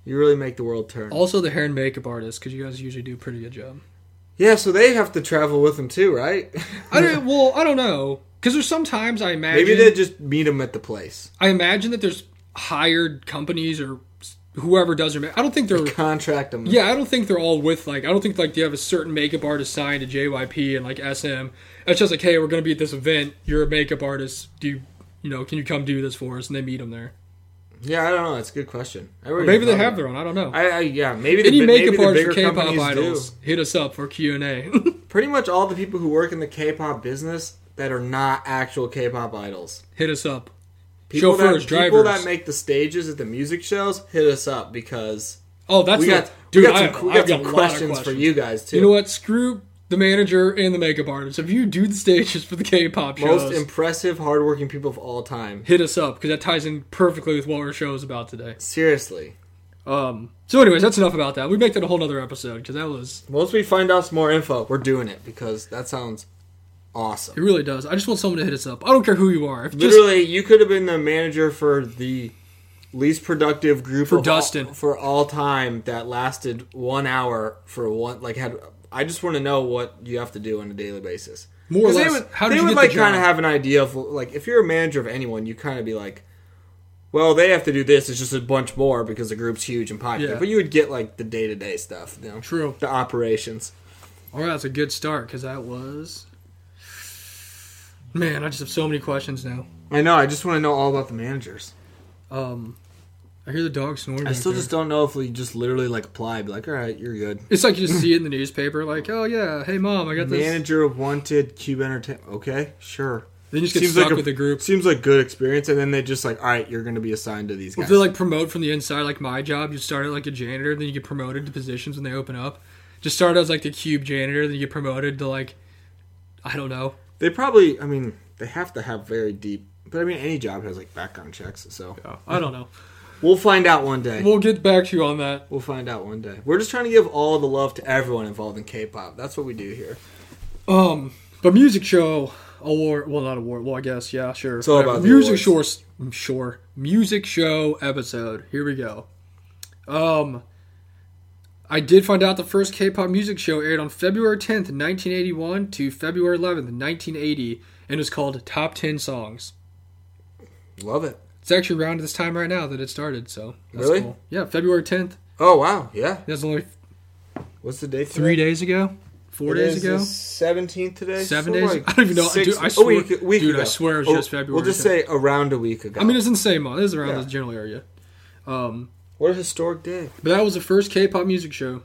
A: You really make the world turn.
B: Also, the hair and makeup artist because you guys usually do a pretty good job.
A: yeah, so they have to travel with them too, right? [laughs]
B: I don't. Well, I don't know because there's sometimes I imagine
A: Maybe they just meet them at the place.
B: I imagine that there's hired companies or s- whoever does their. ma- I don't think they're
A: Contract them.
B: Yeah, I don't think they're all with like I don't think like they have a certain makeup artist signed to JYP and like SM. It's just like, hey, we're gonna be at this event. You're a makeup artist. Do you, you know? Can you come do this for us? And they meet them there.
A: Yeah, I don't know. That's a good question. I
B: Or
A: really
B: maybe they
A: don't know.
B: have their own. I don't know.
A: I, I yeah, maybe the,
B: Any
A: bi-
B: makeup
A: maybe the
B: artist for
A: bigger
B: K-pop
A: companies do.
B: idols, hit us up for Q and A. [laughs]
A: pretty much all the people who work in the K-pop business that are not actual K-pop idols.
B: Hit us up.
A: People
B: Chauffeurs,
A: that, People
B: drivers.
A: that make the stages at the music shows, hit us up because
B: Oh, that's
A: we
B: what-
A: got
B: dude.
A: we got
B: I
A: some,
B: have-
A: we got
B: I've got
A: some
B: a lot of
A: questions, for
B: questions.
A: you guys too.
B: You know what? Screw the manager and the makeup artist. If you do the stages for the K-pop shows,
A: Most impressive, hardworking people of all time.
B: hit us up because that ties in perfectly with what our show is about today.
A: Seriously.
B: Um. So, anyways, that's enough about that. We make that a whole other episode because that was
A: Once we find out some more info, we're doing it because that sounds
B: it.
A: awesome.
B: Really does. I just want someone to hit us up. I don't care who you are. If just
A: Literally, you could have been the manager for the least productive group
B: For
A: of
B: Dustin.
A: all, for all time that lasted one hour for one. Like, had I just want to know what you have to do on a daily basis.
B: more or
A: 'Cause
B: less,
A: They would,
B: how did
A: they
B: you
A: would
B: get
A: like
B: the job?
A: kind of have an idea of like if you're a manager of anyone, you kind of be like, well, they have to do this. It's just a bunch more because the group's huge and popular.
B: Yeah.
A: But you would get like the day to day stuff, you know,
B: True.
A: the operations.
B: All right, that's a good start because that was. Man, I just have so many questions now.
A: I know. I just want to know all about the managers.
B: Um, I hear the dog snoring.
A: I
B: back
A: still
B: there.
A: just don't know if you just literally like apply, be like, all right, you're good.
B: It's like you just see it in the newspaper, like, oh yeah, hey mom, I got this.
A: Manager of wanted Cube Entertainment. Okay, sure.
B: then you just get
A: Seems
B: stuck
A: like a-
B: with the group.
A: Seems like good experience, and then they just like, all right, you're going to be assigned to these
B: If
A: guys.
B: they like promote from the inside, like my job, you start out like a janitor, then you get promoted to positions when they open up. Just start as like the cube janitor, then you get promoted to like, I don't know,
A: They probably, I mean, they have to have very deep But I mean, any job has like background checks, so
B: I don't know.
A: we'll find out one day.
B: We'll get back to you on that.
A: We'll find out one day. We're just trying to give all the love to everyone involved in K-pop. That's what we do here.
B: Um, but music show award. Well, not award. Well, I guess yeah, sure.
A: It's all about the
B: music
A: awards.
B: show. I'm sure music show episode. Here we go. Um, I did find out the first K-pop music show aired on February 10th, 1981, to February 11th, 1980, and is called Top 10 Songs.
A: Love it.
B: It's actually around this time right now that it started. So that's
A: Really?
B: cool. yeah, February 10th.
A: Oh wow, yeah.
B: That's only
A: What's the date?
B: three
A: today?
B: days ago, four
A: It
B: days
A: is
B: ago.
A: the 17th today.
B: Seven
A: So,
B: days?
A: like,
B: I don't even know.
A: six-
B: Dude, I
A: a
B: swear-
A: week, a week
B: dude, I
A: ago. Oh,
B: swear it was just February
A: We'll just say
B: 10th.
A: around a week ago.
B: I mean, it's in the same month. It's around
A: Yeah.
B: this general area. Um,
A: what a historic day.
B: but that was the first K-pop music show.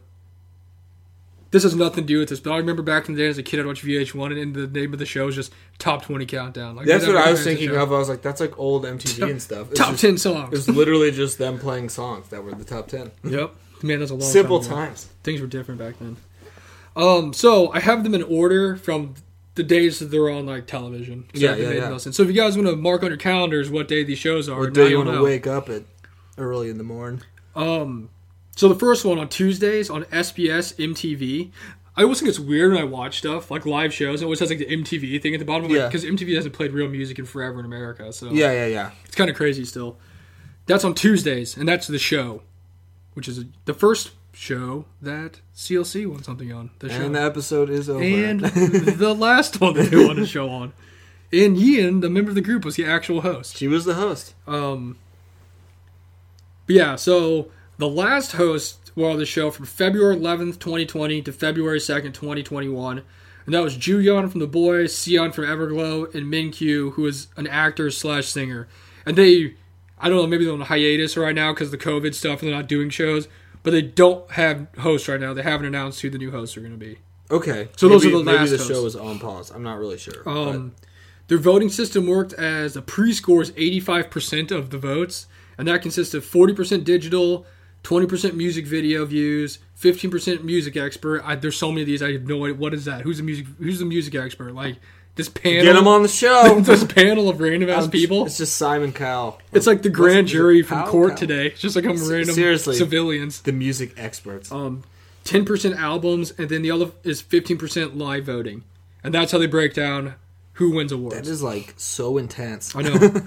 B: This has nothing to do with this, but I remember back in the day as a kid, I'd watch VH1, and the name of the show is just Top 20 Countdown. Like,
A: That's
B: that
A: what I was
B: the
A: thinking
B: show.
A: of. I was like, that's like old MTV and stuff. It's
B: Top
A: just-
B: 10
A: It
B: songs.
A: was literally just them playing songs that were the top ten.
B: yep. Man, that's a long
A: Simple
B: time ago.
A: times.
B: Things were different back then. Um, so I have them in order from the days that they're on like television. So
A: Yeah,
B: it
A: yeah,
B: made
A: yeah.
B: no sense. So if you guys want to mark on your calendars what day these shows are,
A: What
B: now
A: day you
B: you'll
A: want to
B: know.
A: wake up at early in the morning?
B: Um, so the first one on Tuesdays on SBS MTV. I always think it's weird when I watch stuff like live shows. It always has like the MTV thing at the bottom of it
A: Yeah.
B: because MTV hasn't played real music in forever in America. So
A: Yeah, yeah, yeah.
B: it's kind of crazy still. That's on Tuesdays, and that's the show, which is the first show that CLC won something on. The show
A: And the episode is over. [laughs]
B: and the last one that they want to show on. And Ian, the member of the group, was the actual host.
A: she was the host.
B: Um, but yeah, so the last host were on the show from February 11th, 2020 to February 2nd, 2021. And that was Juyeon from The Boys, Sion from Everglow, and Min Kyu, who is an actor slash singer. And they, I don't know, maybe they're on hiatus right now because the COVID stuff and they're not doing shows. But they don't have hosts right now. They haven't announced who the new hosts are going to be.
A: Okay.
B: So those
A: Maybe-
B: are the
A: maybe
B: last
A: the
B: hosts.
A: show was on pause. I'm not really sure.
B: Um, their voting system worked as a pre-scores 85% of the votes, and that consists of 40% digital, 20% music video views, 15% music expert. I, there's so many of these. I have no idea what is that. Who's the music? Who's the music expert? Like this
A: but get them
B: panel,
A: on the show.
B: [laughs] this panel of random ass people.
A: It's just Simon Cowell,
B: It's like the grand
A: is it
B: jury from
A: Powell?
B: court
A: Powell.
B: today. It's just like I'm random
A: seriously.
B: civilians.
A: the music experts.
B: Um, 10% albums, and then the other is 15% live voting, and that's how they break down who wins awards.
A: That is like so intense.
B: I know.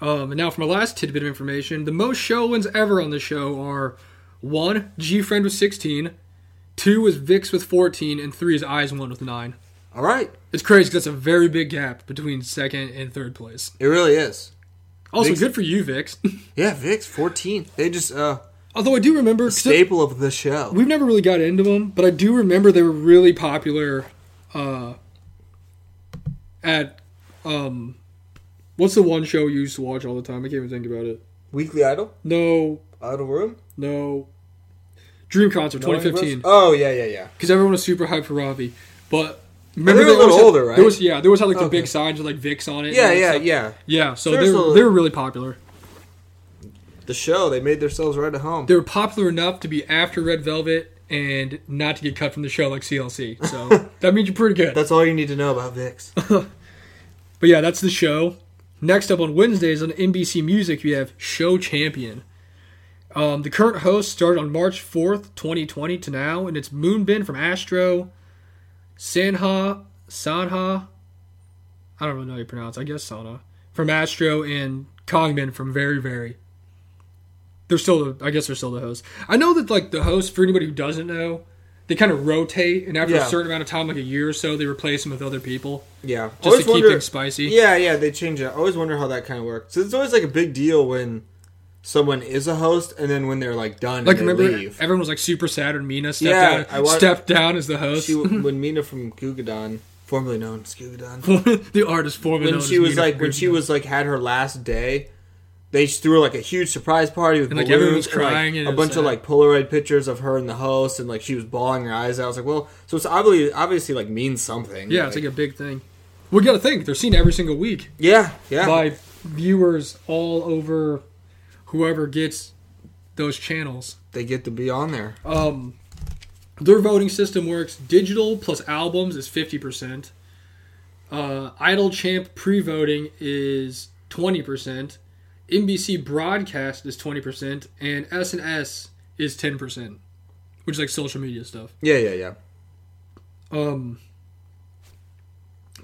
B: um, and now for my last tidbit of information, the most show wins ever on the show are one, G Friend with sixteen, two is Vix with fourteen, and three is Eyes One with nine.
A: All right,
B: It's crazy 'cause that's a very big gap between second and third place.
A: it really is.
B: Also,
A: Vix-
B: good for you, Vix. [laughs]
A: Yeah, Vix 14. They just uh
B: Although I do remember,
A: staple of the show.
B: we've never really got into them, but I do remember they were really popular uh, at um, what's the one show you used to watch all the time? I can't even think about it.
A: Weekly Idol,
B: No,
A: Idol Room,
B: No. Dream Concert 2015.
A: Oh yeah, yeah, yeah.
B: Because everyone was super hyped for Ravi. But
A: were
B: remember
A: a
B: they always
A: little
B: had-
A: older, right?
B: There was, yeah, there was had, like the
A: Okay.
B: big signs with like Vicks on it. and
A: Yeah,
B: all that
A: yeah,
B: stuff.
A: yeah.
B: Yeah, so
A: There's
B: they
A: a-
B: were, they were really popular.
A: The show they made themselves right at home.
B: They were popular enough to be after Red Velvet and not to get cut from the show like CLC.
A: [laughs]
B: So that means you're pretty good.
A: That's all you need to know about Vix.
B: But yeah, that's the show. Next up on Wednesdays on NBC Music, we have Show Champion. Um, the current host started on March 4th, 2020 to now, and it's Moonbin from Astro, Sanha, Sanha, I don't really know how you pronounce, I guess Sana, from Astro, and Kongbin from Very Very. They're still, the, I guess they're still the host. I know that, like, the host, for anybody who doesn't know, they kind of rotate, and after
A: Yeah.
B: a certain amount of time, like a year or so, they replace them with other people
A: [laughs] Yeah,
B: just to keep things spicy.
A: Yeah, yeah, they change it. I always wonder how that kind of works. 'Cause It's always like a big deal when someone is a host, and then when they're like done,
B: Like
A: and
B: remember,
A: they leave.
B: everyone was like super sad when Mina stepped
A: Yeah,
B: down.
A: I wa-
B: stepped down as the host, [laughs]
A: She, when Mina from Gugadon, formerly known as Gugadon,
B: the artist formerly
A: when
B: known
A: she
B: as
A: was
B: Mina
A: like when
B: Gruber.
A: she was like had her last day they just threw like a huge surprise party with
B: And, like, everyone
A: balloons
B: was crying
A: and,
B: and
A: like,
B: it
A: a
B: was
A: bunch of
B: sad.
A: like Polaroid pictures of her and the host, and like she was bawling her eyes out. I was like, well, so it's obviously obviously like means something.
B: Yeah, it's like a big thing. We got to think they're seen every single week
A: yeah, yeah,
B: by viewers all over, whoever gets those channels.
A: they get to be on there.
B: Um, their voting system works: digital plus albums is fifty percent. Uh, Idol Champ pre-voting is twenty percent, NBC broadcast is twenty percent, and SNS is ten percent, which is like social media stuff.
A: Yeah, yeah, yeah.
B: Um,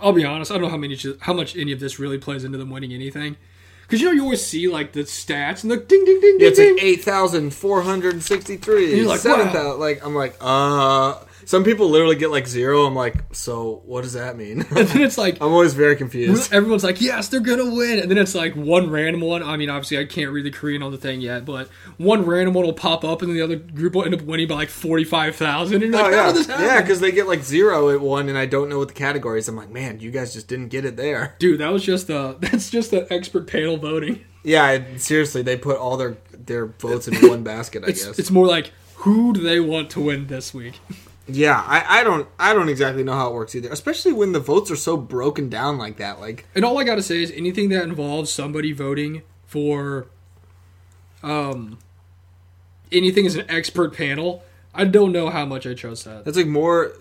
B: I'll be honest. I don't know how many how much any of this really plays into them winning anything, because you know you always see like the stats and the ding ding ding
A: Yeah,
B: ding.
A: it's like
B: ding.
A: eight thousand four hundred sixty-three.
B: You're like,
A: seven
B: wow.
A: thousand. Like I'm like, uh. Some people literally get like zero. I'm like, so what does that mean? [laughs]
B: [laughs] and then it's like
A: I'm always very confused.
B: everyone's like, yes, they're gonna win, and then it's like one random one. I mean, obviously, I can't read the Korean on the thing yet, but one random one will pop up, and then the other group will end up winning by like forty five thousand. And you're
A: Oh,
B: like, how did this
A: yeah,
B: happen?
A: yeah, because they get like zero at one, and I don't know what the categories. I'm like, man, you guys just didn't get it there. [laughs]
B: dude, that was just the [laughs] that's just the expert panel voting.
A: Yeah, I, seriously, they put all their their votes in one basket. I
B: It's
A: guess.
B: it's more like who do they want to win this week? [laughs]
A: yeah, I, I don't I don't exactly know how it works either, especially when the votes are so broken down like that. Like,
B: And all I gotta say is anything that involves somebody voting for, um, anything as an expert panel, I don't know how much I trust that.
A: that's like more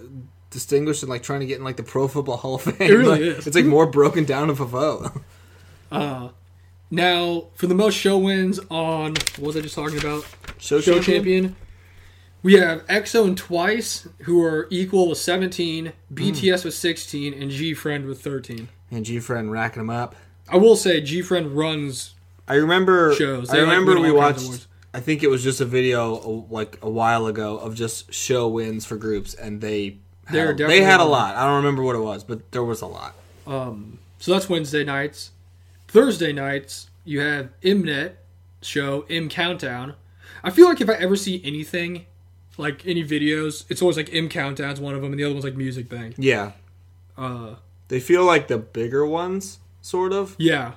A: distinguished than like trying to get in like the Pro Football Hall of Fame.
B: It really
A: Like,
B: is.
A: It's like more broken down of a vote. [laughs]
B: Uh, now for the most show wins on what was I just talking about?
A: Show,
B: Show champion. We have Exxon twice, who are equal with 17, BTS with 16, and G Friend with 13.
A: and G friend racking them up.
B: I will say G Friend runs.
A: I remember.
B: Shows.
A: I
B: They, like,
A: remember
B: win
A: we
B: all kinds
A: watched.
B: of awards.
A: I think it was just a video uh, like a while ago of just show wins for groups, and they
B: There
A: had,
B: definitely
A: they had a
B: were.
A: lot. I don't remember what it was, but there was a lot.
B: Um, so that's Wednesday nights. Thursday nights, you have Mnet show, M Countdown. I feel like if I ever see anything, like any videos, it's always like M Countdown's one of them, and the other one's like Music Bank.
A: Yeah,
B: Uh,
A: they feel like the bigger ones, sort of.
B: Yeah.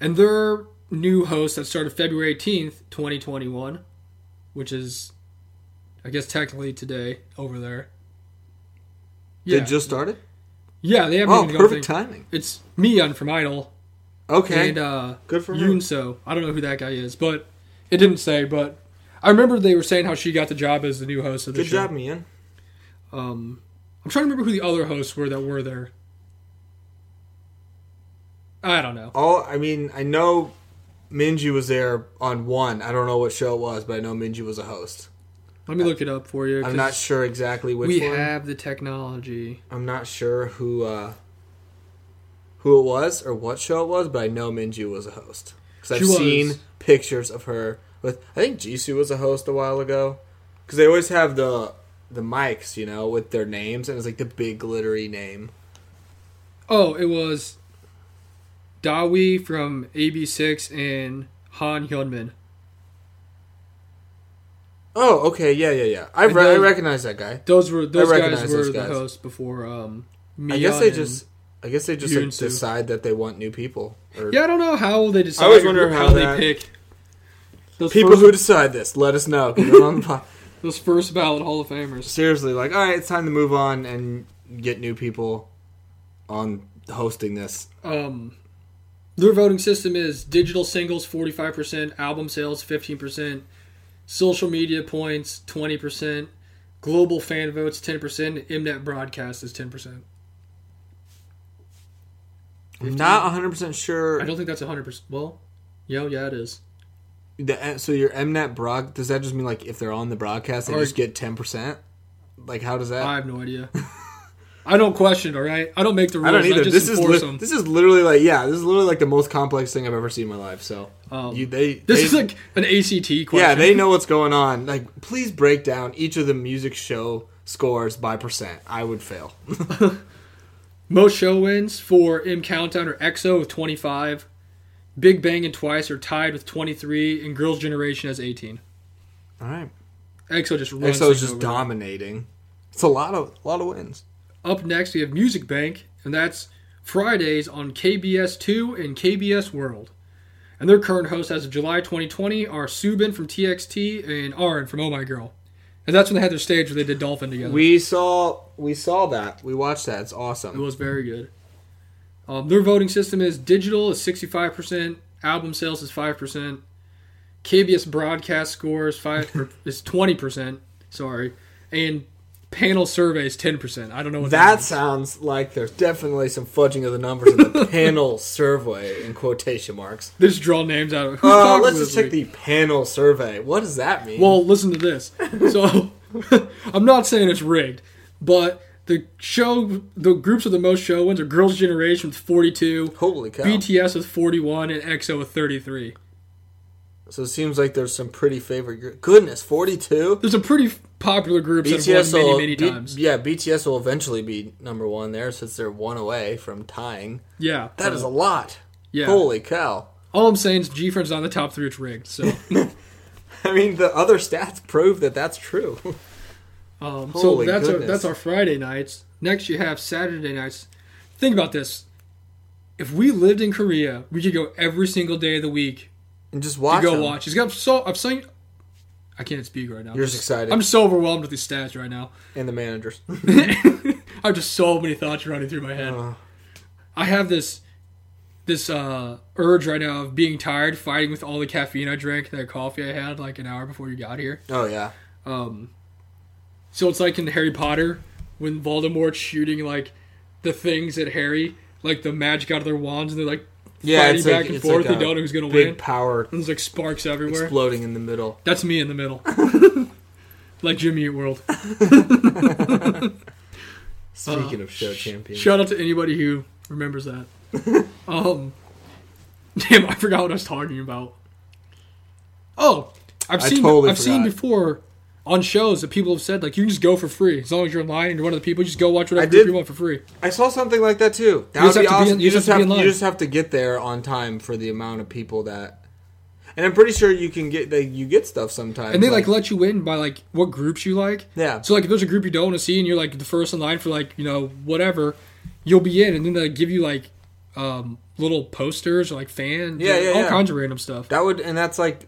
B: And their new host that started February 18th, 2021, which is, I guess, technically today over there. Yeah.
A: They just started.
B: yeah, they haven't
A: Oh,
B: even gone
A: perfect
B: thing.
A: timing.
B: It's Mion from Idol
A: Okay,
B: and uh,
A: good for her.
B: Yoon So. I don't know who that guy is, but it didn't say. But I remember they were saying how she got the job as the new host of the
A: Good
B: show.
A: job, Mian.
B: Um, I'm trying to remember who the other hosts were that were there. I don't know.
A: All I mean, I know Minji was there on one. I don't know what show it was, but I know Minji was a host.
B: Let me look it up for you.
A: I'm
B: 'cause-
A: not sure exactly which
B: we
A: one.
B: have the technology.
A: I'm not sure who uh, who it was or what show it was, but I know Minju was a host because I've
B: She was.
A: seen pictures of her with. I think Jisoo was a host a while ago because they always have the the mics, you know, with their names, and it's like the big glittery name.
B: Oh, it was Dawi from AB6 and Han Hyunmin.
A: Oh, okay, yeah, yeah, yeah. I
B: And
A: re- I
B: then-
A: recognize that guy.
B: Those were those guys
A: recognize
B: were
A: those
B: the
A: guys.
B: hosts before um me.
A: I guess they just. I guess they just like,
B: Yoon-soo.
A: decide that they want new people. Or
B: Yeah, I don't know how they decide.
A: always wonder
B: how,
A: how
B: they
A: that-
B: pick those
A: People
B: first,
A: who decide this, let us know. 'cause we're on the [laughs] po-
B: those first ballot Hall of Famers.
A: seriously like all right it's time to move on and get new people on hosting this
B: Um their voting system is digital singles 45%, album sales 15%, social media points 20%, global fan votes 10%, Mnet broadcast is 10%.
A: i'm not 100% sure
B: I don't think that's 100%. Well, yo, yeah, it is.
A: the, eh, so your mnet broad does that just mean like if they're on the broadcast they
B: Or-
A: just get 10% like how does that
B: I
A: i,
B: have no idea.
A: [laughs]
B: I don't question, all right? I don't make the rules. I,
A: don't either
B: just
A: this is
B: enforce
A: li-
B: them.
A: this is literally like yeah this is literally like the most complex thing i've ever seen in my life so
B: Um,
A: you, they
B: This
A: they-
B: is like an ACT question.
A: yeah they know what's going on like please break down each of the music show scores by percent i would fail [laughs]
B: Most show wins for M Countdown or EXO with 25. Big Bang and Twice are tied with 23, and Girls' Generation has 18.
A: all right
B: EXO just runs.
A: exo is
B: things
A: just
B: over.
A: dominating it's a lot of a lot of wins
B: Up next, we have Music Bank, and that's Fridays on KBS 2 and KBS World. And their current hosts as of July 2020 are Subin from TXT and Aaron from Oh My Girl. And that's when they had their stage where they did Dolphin together.
A: We saw we saw that. We watched that. It's
B: it
A: awesome.
B: was very good. Um, their voting system is digital is 65%, album sales is 5%,
A: [laughs]
B: KBS broadcast scores five, or is 20%, sorry, and panel surveys ten percent. I don't know what that
A: That
B: means.
A: sounds like there's definitely some fudging of the numbers in
B: [laughs]
A: the panel survey in quotation marks.
B: They just draw names out of. Who's
A: Uh,
B: talking
A: let's
B: this
A: just check
B: week?
A: the panel survey. What does that mean?
B: Well, listen to this. So, [laughs] I'm not saying it's rigged, but the show, the groups with the most show wins are Girls' Generation with 42,
A: holy cow!
B: BTS with 41, and EXO with 33.
A: so it seems like there's some pretty favorite. Gr- Goodness, forty-two.
B: There's a pretty popular group that have
A: BTS
B: won
A: will,
B: many, many
A: B-
B: times.
A: yeah, BTS will eventually be number one there since they're one away from tying.
B: yeah.
A: That is a lot.
B: Uh, Yeah.
A: Holy cow! [laughs]
B: All I'm saying is G Friend's not in the top three. It's rigged. So,
A: I mean, the other stats prove that that's true. [laughs]
B: um, so
A: Holy
B: that's our,
A: goodness.
B: that's our Friday nights. Next, you have Saturday nights. Think about this. If we lived in Korea, we could go every single day of the week
A: and just watch.
B: go
A: them.
B: watch. He's got so I'm saying I can't speak right now.
A: You're just excited.
B: I'm so overwhelmed with these stats right now.
A: and the managers.
B: I have just so many thoughts running through my head.
A: Uh.
B: I have this this uh, urge right now of being tired, fighting with all the caffeine I drank, that coffee I had like an hour before you got here.
A: oh yeah.
B: Um, so it's like in Harry Potter when Voldemort's shooting like the things at Harry, like the magic out of their wands, and they're like
A: Yeah,
B: fighting
A: it's like-
B: back and
A: it's like
B: forth. they
A: a
B: don't know who's gonna
A: Big
B: win. Uh,
A: power
B: And there's like sparks everywhere.
A: exploding in the middle.
B: That's me in
A: [laughs]
B: the middle. like Jimmy Eat World.
A: Speaking of show champions,
B: Shout out to anybody who
A: [laughs]
B: remembers that. um, damn, I forgot what I was talking about. Oh, I've
A: I
B: seen
A: totally
B: I've seen
A: forgot.
B: before on shows that people have said like you can just go for free as long as you're in line and you're one of the people. You just go watch whatever
A: I
B: group
A: did-
B: you want for free.
A: I saw something like that too. That
B: You
A: would
B: just
A: be
B: have to be
A: awesome.
B: in-
A: you, just have,
B: to be in line.
A: you just have to get there on time for the amount of people that. And I'm pretty sure you can get they you get stuff sometimes.
B: And they like let you in by like what groups you like.
A: yeah.
B: So like if there's a group you don't want to see and you're like the first in line for like you know whatever, you'll be in and then they give you like um little posters or like fans,
A: Yeah,
B: like,
A: yeah,
B: all
A: yeah.
B: kinds of random stuff.
A: that would and that's like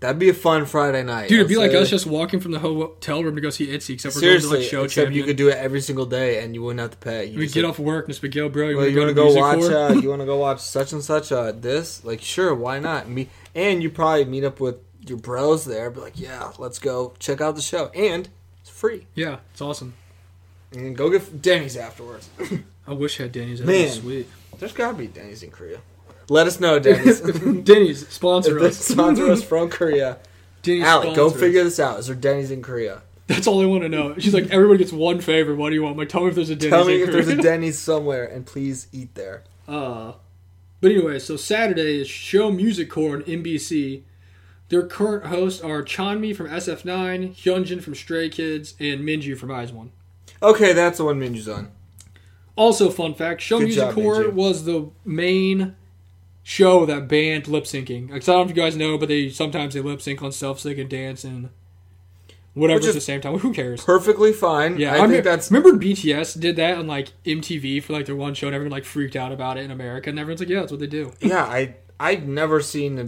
A: that'd be a fun Friday night.
B: Dude, it'd be
A: I'd
B: like
A: say.
B: us just walking from the hotel room to go see Itzy, except we're
A: seriously.
B: going to like show
A: except
B: champion.
A: you could do it every single day and you wouldn't have to pay. You
B: we
A: just,
B: get
A: like,
B: off work and just be go, bro. You
A: well,
B: want to
A: you
B: go to
A: want to go
B: music
A: watch?
B: for?
A: Uh,
B: [laughs]
A: you want to go watch such and such? Uh, this like sure, why not? Me and you probably meet up with your bros there. Be like, yeah, let's go check out the show, and it's free.
B: yeah, it's awesome.
A: And go get Denny's afterwards.
B: I wish I had Denny's. That
A: Man.
B: was sweet.
A: There's gotta be Denny's in Korea. Let us know,
B: [laughs]
A: Denny's. [laughs] if
B: Denny's sponsor
A: they
B: us.
A: sponsor
B: [laughs]
A: us from Korea.
B: Denny's
A: Alec, go
B: sponsor us.
A: figure this out. Is there Denny's in Korea?
B: That's all I want to know. She's like, everybody gets one favor. What do you want? I'm like, tell me if there's a Denny's.
A: Tell me
B: in
A: if there's a
B: Korea.
A: Denny's somewhere, and please eat there.
B: [laughs] Uh, but anyway, so Saturday is Show Music Core on NBC. Their current hosts are Chanmi from SF9, Hyunjin from Stray Kids, and Minju from Eyes One.
A: Okay, that's the one Minju's on.
B: Also, fun fact: Show
A: Good
B: Music
A: job,
B: Core
A: Ninja.
B: was the main show that banned lip syncing. Like, I don't know if you guys know, but they sometimes they lip sync on stuff so they can dance and whatever
A: Which
B: at
A: is-
B: the same time. Who cares?
A: Perfectly fine.
B: Yeah,
A: I,
B: I,
A: think
B: me-
A: that's
B: remember BTS did that on like MTV for like their one show, and everyone like freaked out about it in America, and everyone's like, "Yeah, that's what they do."
A: yeah. I I've never seen a,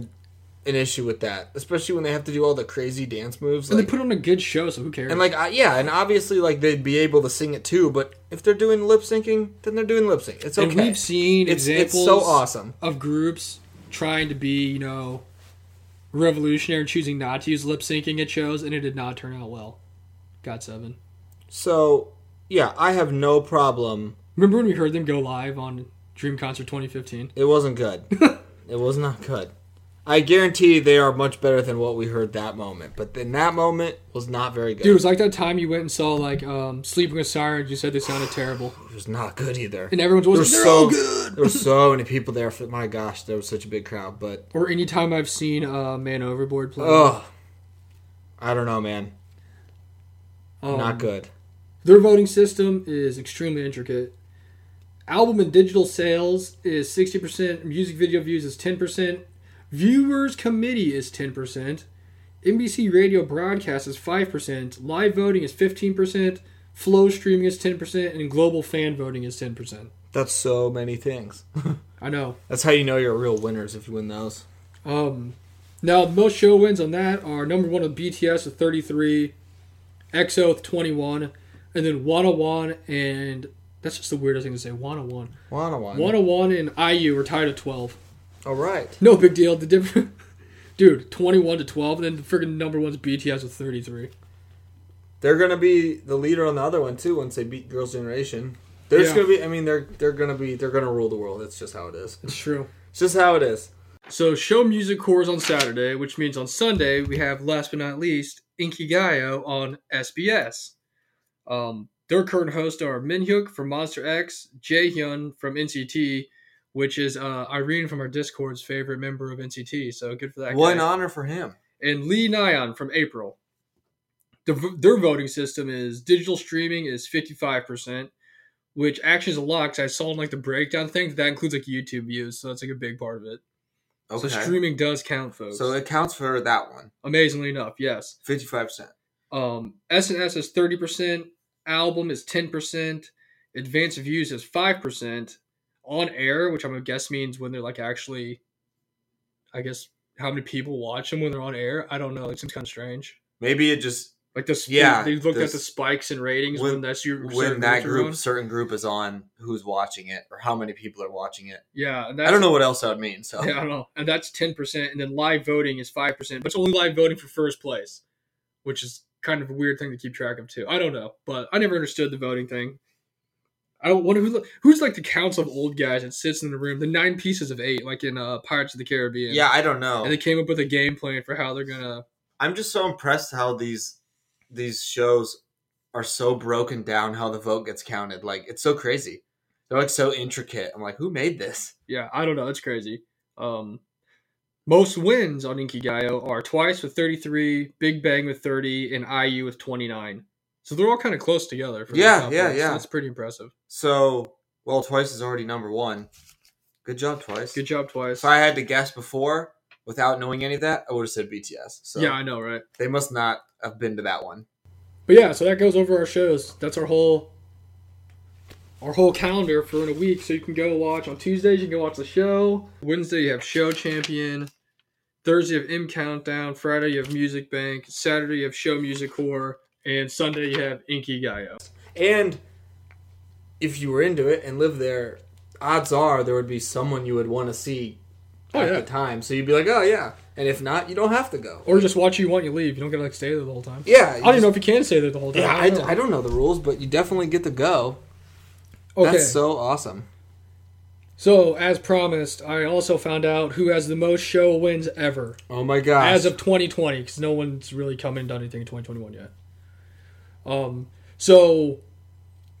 A: an issue with that, especially when they have to do all the crazy dance moves.
B: And
A: Like,
B: they put on a good show, so who cares?
A: and like I, yeah, and obviously like they'd be able to sing it too. But if they're doing lip syncing, then they're doing lip sync. It's okay.
B: And we've seen
A: it's, it's
B: examples
A: so awesome.
B: of groups trying to be, you know, revolutionary and choosing not to use lip syncing at shows, and it did not turn out well. Got seven.
A: So yeah, I have no problem.
B: Remember when we heard them go live on Dream Concert 2015?
A: It wasn't
B: [laughs]
A: good. it was not good. I guarantee they are much better than what we heard that moment. But then that moment was not very good.
B: Dude, it was like that time you went and saw like um, Sleeping with Sirens. You said they sounded terrible,
A: it was not good either.
B: and everyone's
A: There were
B: always like, "They're
A: so
B: all good."
A: there were so many people there. For, my gosh, there was such a big crowd. But
B: Or any time I've seen uh, Man Overboard play,
A: oh, I don't know, man.
B: Um,
A: not good.
B: Their voting system is extremely intricate. Album and digital sales is 60%, music video views is 10%, viewers committee is 10%, NBC radio broadcast is 5%, live voting is 15%, flow streaming is 10%, and global fan voting is 10%.
A: That's so many things.
B: I know.
A: That's how you know you're real winners if you win those.
B: Um, now, most show wins on that are number one with BTS with 33, EXO with 21, and then 101, and that's just the weirdest thing to say 101.
A: One on one.
B: 101 and IU were tied at 12.
A: All right.
B: [laughs] No big deal. The [laughs] difference, dude, 21 to 12, and then the freaking number one's BTS with 33.
A: They're gonna be the leader on the other one too once they beat Girls' Generation. They're just
B: Yeah.
A: gonna be. I mean, they're they're gonna be. They're gonna rule the world. It's just how it is.
B: It's true.
A: It's just how it is.
B: So show music cores on Saturday, which means on Sunday we have last but not least Inkigayo on SBS. Um, their current hosts are Minhyuk from Monster X, Jaehyun from NCT, which is uh, Irene from our Discord's favorite member of NCT. So good for that.
A: What
B: guy.
A: an honor for him.
B: and Lee Nyan from April. The, v- their voting system is digital streaming is 55%, which actually is a lot because I saw in like the breakdown thing that, that includes like YouTube views. So that's like a big part of it.
A: Okay.
B: So
A: So,
B: streaming does count, folks.
A: it counts for that one.
B: Amazingly enough, yes.
A: Fifty-five percent.
B: Um, SNS is 30%, album is 10%, advanced views is 5%, on air, which I'm going to guess means when they're like actually, I guess, how many people watch them when they're on air. I don't know. It seems kind of strange.
A: Maybe it just
B: Like the sp-
A: Yeah,
B: they looked at the
A: this-
B: spikes in ratings when,
A: when-
B: that's your
A: when
B: certain
A: that
B: groups are
A: group,
B: on.
A: certain group is on, who's watching it or how many people are watching it.
B: Yeah, and
A: I don't know what else that would mean. So
B: [laughs] Yeah, I don't know, and that's ten percent, and then live voting is five percent, but it's only live voting for first place, which is kind of a weird thing to keep track of too. I don't know, but I never understood the voting thing. I don't wonder who who's like the council of old guys that sits in the room, the nine pieces of eight, like in uh, Pirates of the Caribbean.
A: yeah, I don't know.
B: and they came up with a game plan for how they're gonna.
A: I'm just so impressed how these these shows are so broken down how the vote gets counted. Like it's so crazy. They're like so intricate. I'm like, who made this?
B: Yeah, I don't know. It's crazy. Um, most wins on Inkigayo are Twice with 33, Big Bang with 30, and IU with 29. So they're all kind of close together. the
A: Yeah,
B: top
A: yeah,
B: ones, so
A: yeah.
B: that's pretty impressive.
A: So well, twice is already number one. Good job, twice.
B: Good job, Twice.
A: If I had to guess before without knowing any of that, I would have said BTS. So
B: Yeah, I know, right?
A: they must not have been to that one.
B: But yeah, so that goes over our shows. That's our whole our whole calendar for in a week. So you can go watch on Tuesdays. You can go watch the show. Wednesday you have Show Champion. Thursday you have M Countdown. Friday you have Music Bank. Saturday you have Show Music Core. And Sunday you have Inky Gaio.
A: And if you were into it and lived there, odds are there would be someone you would want to see
B: Oh,
A: at
B: yeah.
A: the time. So you'd be like, oh yeah. And if not, you don't have to go.
B: Or just watch you want you leave. You don't gotta like stay there the whole time.
A: Yeah,
B: I don't even know if you can stay there the whole time.
A: Yeah,
B: I
A: I,
B: don't know.
A: I don't know the rules, but you definitely get to go.
B: okay.
A: That's so awesome.
B: so as promised, I also found out who has the most show wins ever.
A: Oh my gosh.
B: as of 2020 because no one's really come and done anything in 2021 yet um so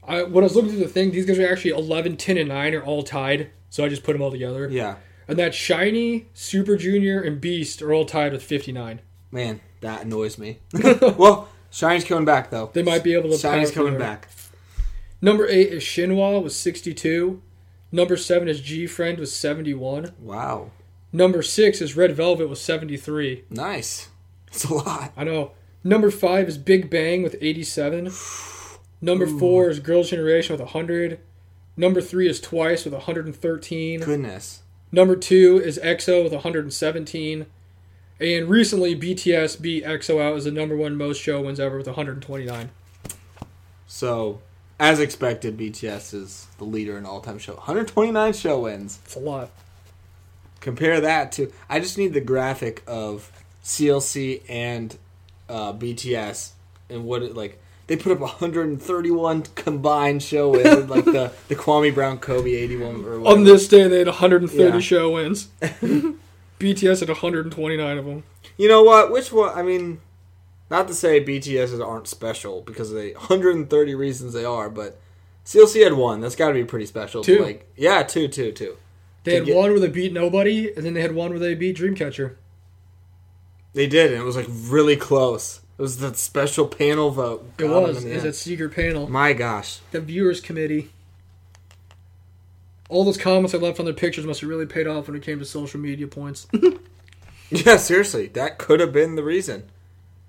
B: i when i was looking through the thing these guys are actually 11 10 and 9 are all tied so i just put them all together
A: yeah,
B: and that shiny super junior and beast are all tied with 59
A: man, that annoys
B: [laughs]
A: me. [laughs] well, Shine's coming back though.
B: they might be able to power
A: Shine's
B: through
A: coming
B: there.
A: back.
B: number 8 is shinwa with 62 number 7 is g friend with 71
A: Wow,
B: number 6 is red velvet with 73
A: nice. It's a lot.
B: I know. Number five is Big Bang with 87. Number four is Girls' Generation with 100. Number three is Twice with 113.
A: Goodness.
B: Number two is EXO with 117. And recently, BTS beat EXO out as the number one most show wins ever with 129.
A: So, as expected, BTS is the leader in all-time show. 129 show wins.
B: It's a lot.
A: Compare that to. I just need the graphic of CLC and uh, BTS and what it like. They put up 131 combined show wins,
B: [laughs]
A: like the the Kwame Brown Kobe 81 or whatever.
B: On this day, they had 130
A: Yeah.
B: show wins. BTS had 129 of them.
A: you know what? Which one? I mean, not to say BTSs aren't special because they 130 reasons they are, but CLC had one. That's got to be pretty special. to,
B: Two.
A: like yeah, two, two, two.
B: They
A: To
B: had
A: get-
B: one where they beat nobody, and then they had one where they beat Dreamcatcher.
A: They did, and it was like really close. It was that special panel vote.
B: It
A: Got 'em
B: was.
A: in the
B: Is
A: end.
B: that secret panel?
A: My gosh.
B: the viewers committee. All those comments I left on their pictures must have really paid off when it came to social
A: [laughs]
B: media points. but
A: Yeah, seriously, that could have been the reason.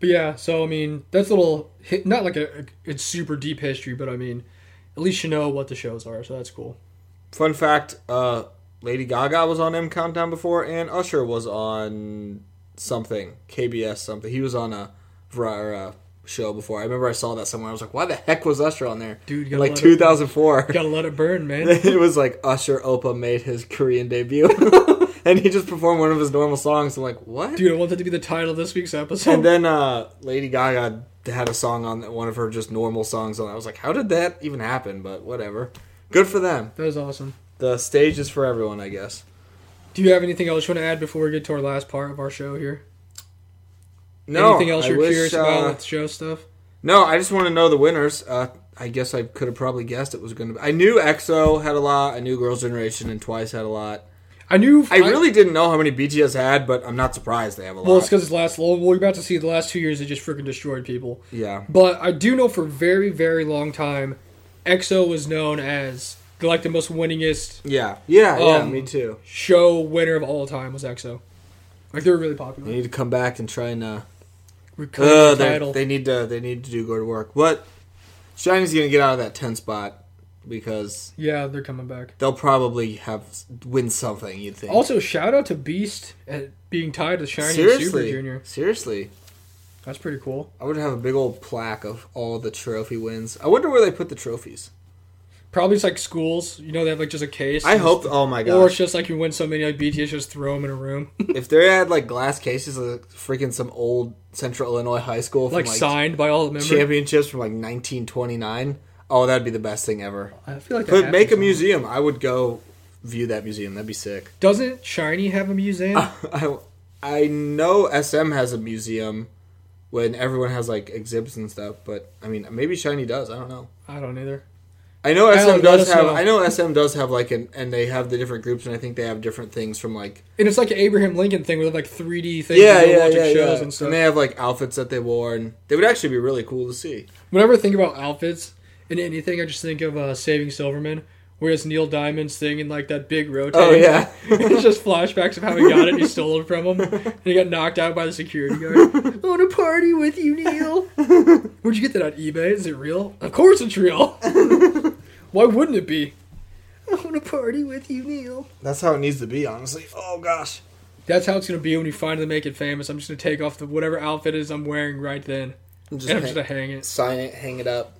B: yeah, so I mean, that's a little hi- not like a, a it's super deep history, but I mean, at least you know what the shows are, so that's cool.
A: Fun fact: uh, Lady Gaga was on M Countdown before, and Usher was on something KBS something. He was on a, var- or a show before. I remember I saw that somewhere. I was like, "Why the heck was Usher on there?"
B: Dude, you
A: In,
B: gotta
A: like
B: let it-
A: 2004. [laughs]
B: Gotta let it burn, man.
A: it was like Usher Opa made his Korean debut. [laughs] and he just performed one of his normal songs. I'm like, what?
B: Dude, I want that to be the title of this week's episode.
A: And then uh, Lady Gaga had a song on one of her just normal songs on. I was like, how did that even happen? But whatever. Good for them.
B: that was awesome.
A: The stage is for everyone, I guess.
B: Do you have anything else you want to add before we get to our last part of our show here?
A: No,
B: anything else
A: I
B: you're
A: wish,
B: curious about
A: uh,
B: with show stuff?
A: No, I just want to know the winners. Uh, I guess I could have probably guessed it was going to. be... I knew EXO had a lot. I knew Girls' Generation and Twice had a lot.
B: I knew.
A: I really didn't know how many BTS had, but I'm not surprised they have a lot.
B: Well, it's because it's last. Well, we're about to see the last two years. It just freaking destroyed people.
A: yeah,
B: But I do know for a very, very long time, EXO was known as like the most winningest
A: yeah, yeah, yeah.
B: Um,
A: Me too.
B: show winner of all time was EXO. Like they were really
A: They
B: popular.
A: need to come back and try and. Uh,
B: Recurring
A: uh, they,
B: title.
A: they need to. They need to do go to work. But Shiny's going to get out of that ten spot because
B: yeah, they're coming back.
A: they'll probably have win something. You'd think.
B: Also, shout out to Beast at being tied to Shiny and Super
A: seriously,
B: Junior.
A: seriously,
B: That's pretty cool.
A: I would have a big old plaque of all the trophy wins. I wonder where they put the trophies.
B: Probably it's like schools. You know, they have like just a case.
A: I hope. Oh my
B: Or it's
A: gosh!
B: just like you win so many, like BTS just throw them in a room, [laughs]
A: if they had like glass cases of freaking some old Central Illinois high school, from,
B: like,
A: like,
B: signed by all the members.
A: championships from like 1929. Oh, that'd be the best thing ever.
B: I feel like that
A: Put, make a
B: happens
A: museum. I would go view that museum. That'd be sick. [laughs]
B: somewhere. Doesn't Shiny have a museum?
A: I, I know SM has a museum when everyone has like exhibits and stuff, but I mean maybe Shiny does. I don't know.
B: I don't either.
A: I know
B: Alan,
A: SM
B: let
A: does
B: us
A: have.
B: know.
A: I know SM does have like an and they have the different groups and I think they have different things from like
B: And it's like an Abraham Lincoln thing with like 3D things.
A: yeah
B: and
A: yeah
B: watching
A: yeah,
B: shows
A: yeah.
B: and stuff.
A: and they have like outfits that they wore and they would actually be really cool to see.
B: Whenever I think about outfits and anything, I just think of uh, Saving Silverman, where it's Neil Diamond's thing and like that big rotate.
A: [laughs] Oh yeah,
B: [laughs] it's just flashbacks of how he got it. and He stole it from him, and he got knocked out by the security
A: [laughs]
B: guard. I want to party with you, Neil. Where'd you get that on eBay? Is it real? Of course
A: [laughs]
B: it's real. Why wouldn't it be? I want to party with you, Neil.
A: that's how it needs to be. Honestly, oh gosh,
B: That's how it's gonna be when you finally make it famous. I'm just gonna take off the whatever outfit it is I'm wearing right then,
A: And just
B: and I'm
A: hang-
B: just gonna hang it.
A: sign it, hang it up,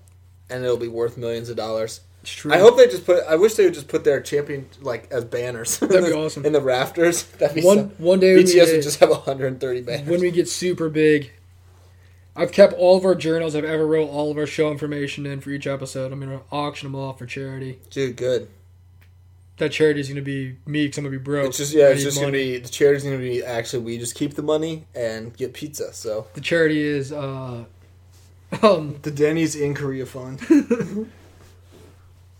A: and it'll be worth millions of dollars.
B: It's true.
A: I hope they just put. I wish they would just put their champion like as banners.
B: That'd be awesome.
A: [laughs] in the rafters. [laughs] That'd be
B: one
A: one.
B: one day when we
A: BTS would
B: get-
A: just have 130 banners.
B: when we get super big. I've kept all of our journals. I've ever wrote all of our show information in for each episode. I'm gonna auction them off for charity.
A: Dude, good.
B: That charity's gonna be me because I'm gonna be broke.
A: It's just yeah.
B: I
A: It's
B: need
A: just gonna
B: money.
A: be the charity's gonna be actually we just keep the money and get pizza. So
B: the charity is uh [laughs] um
A: the Denny's in Korea [laughs]
B: [laughs]
A: fund.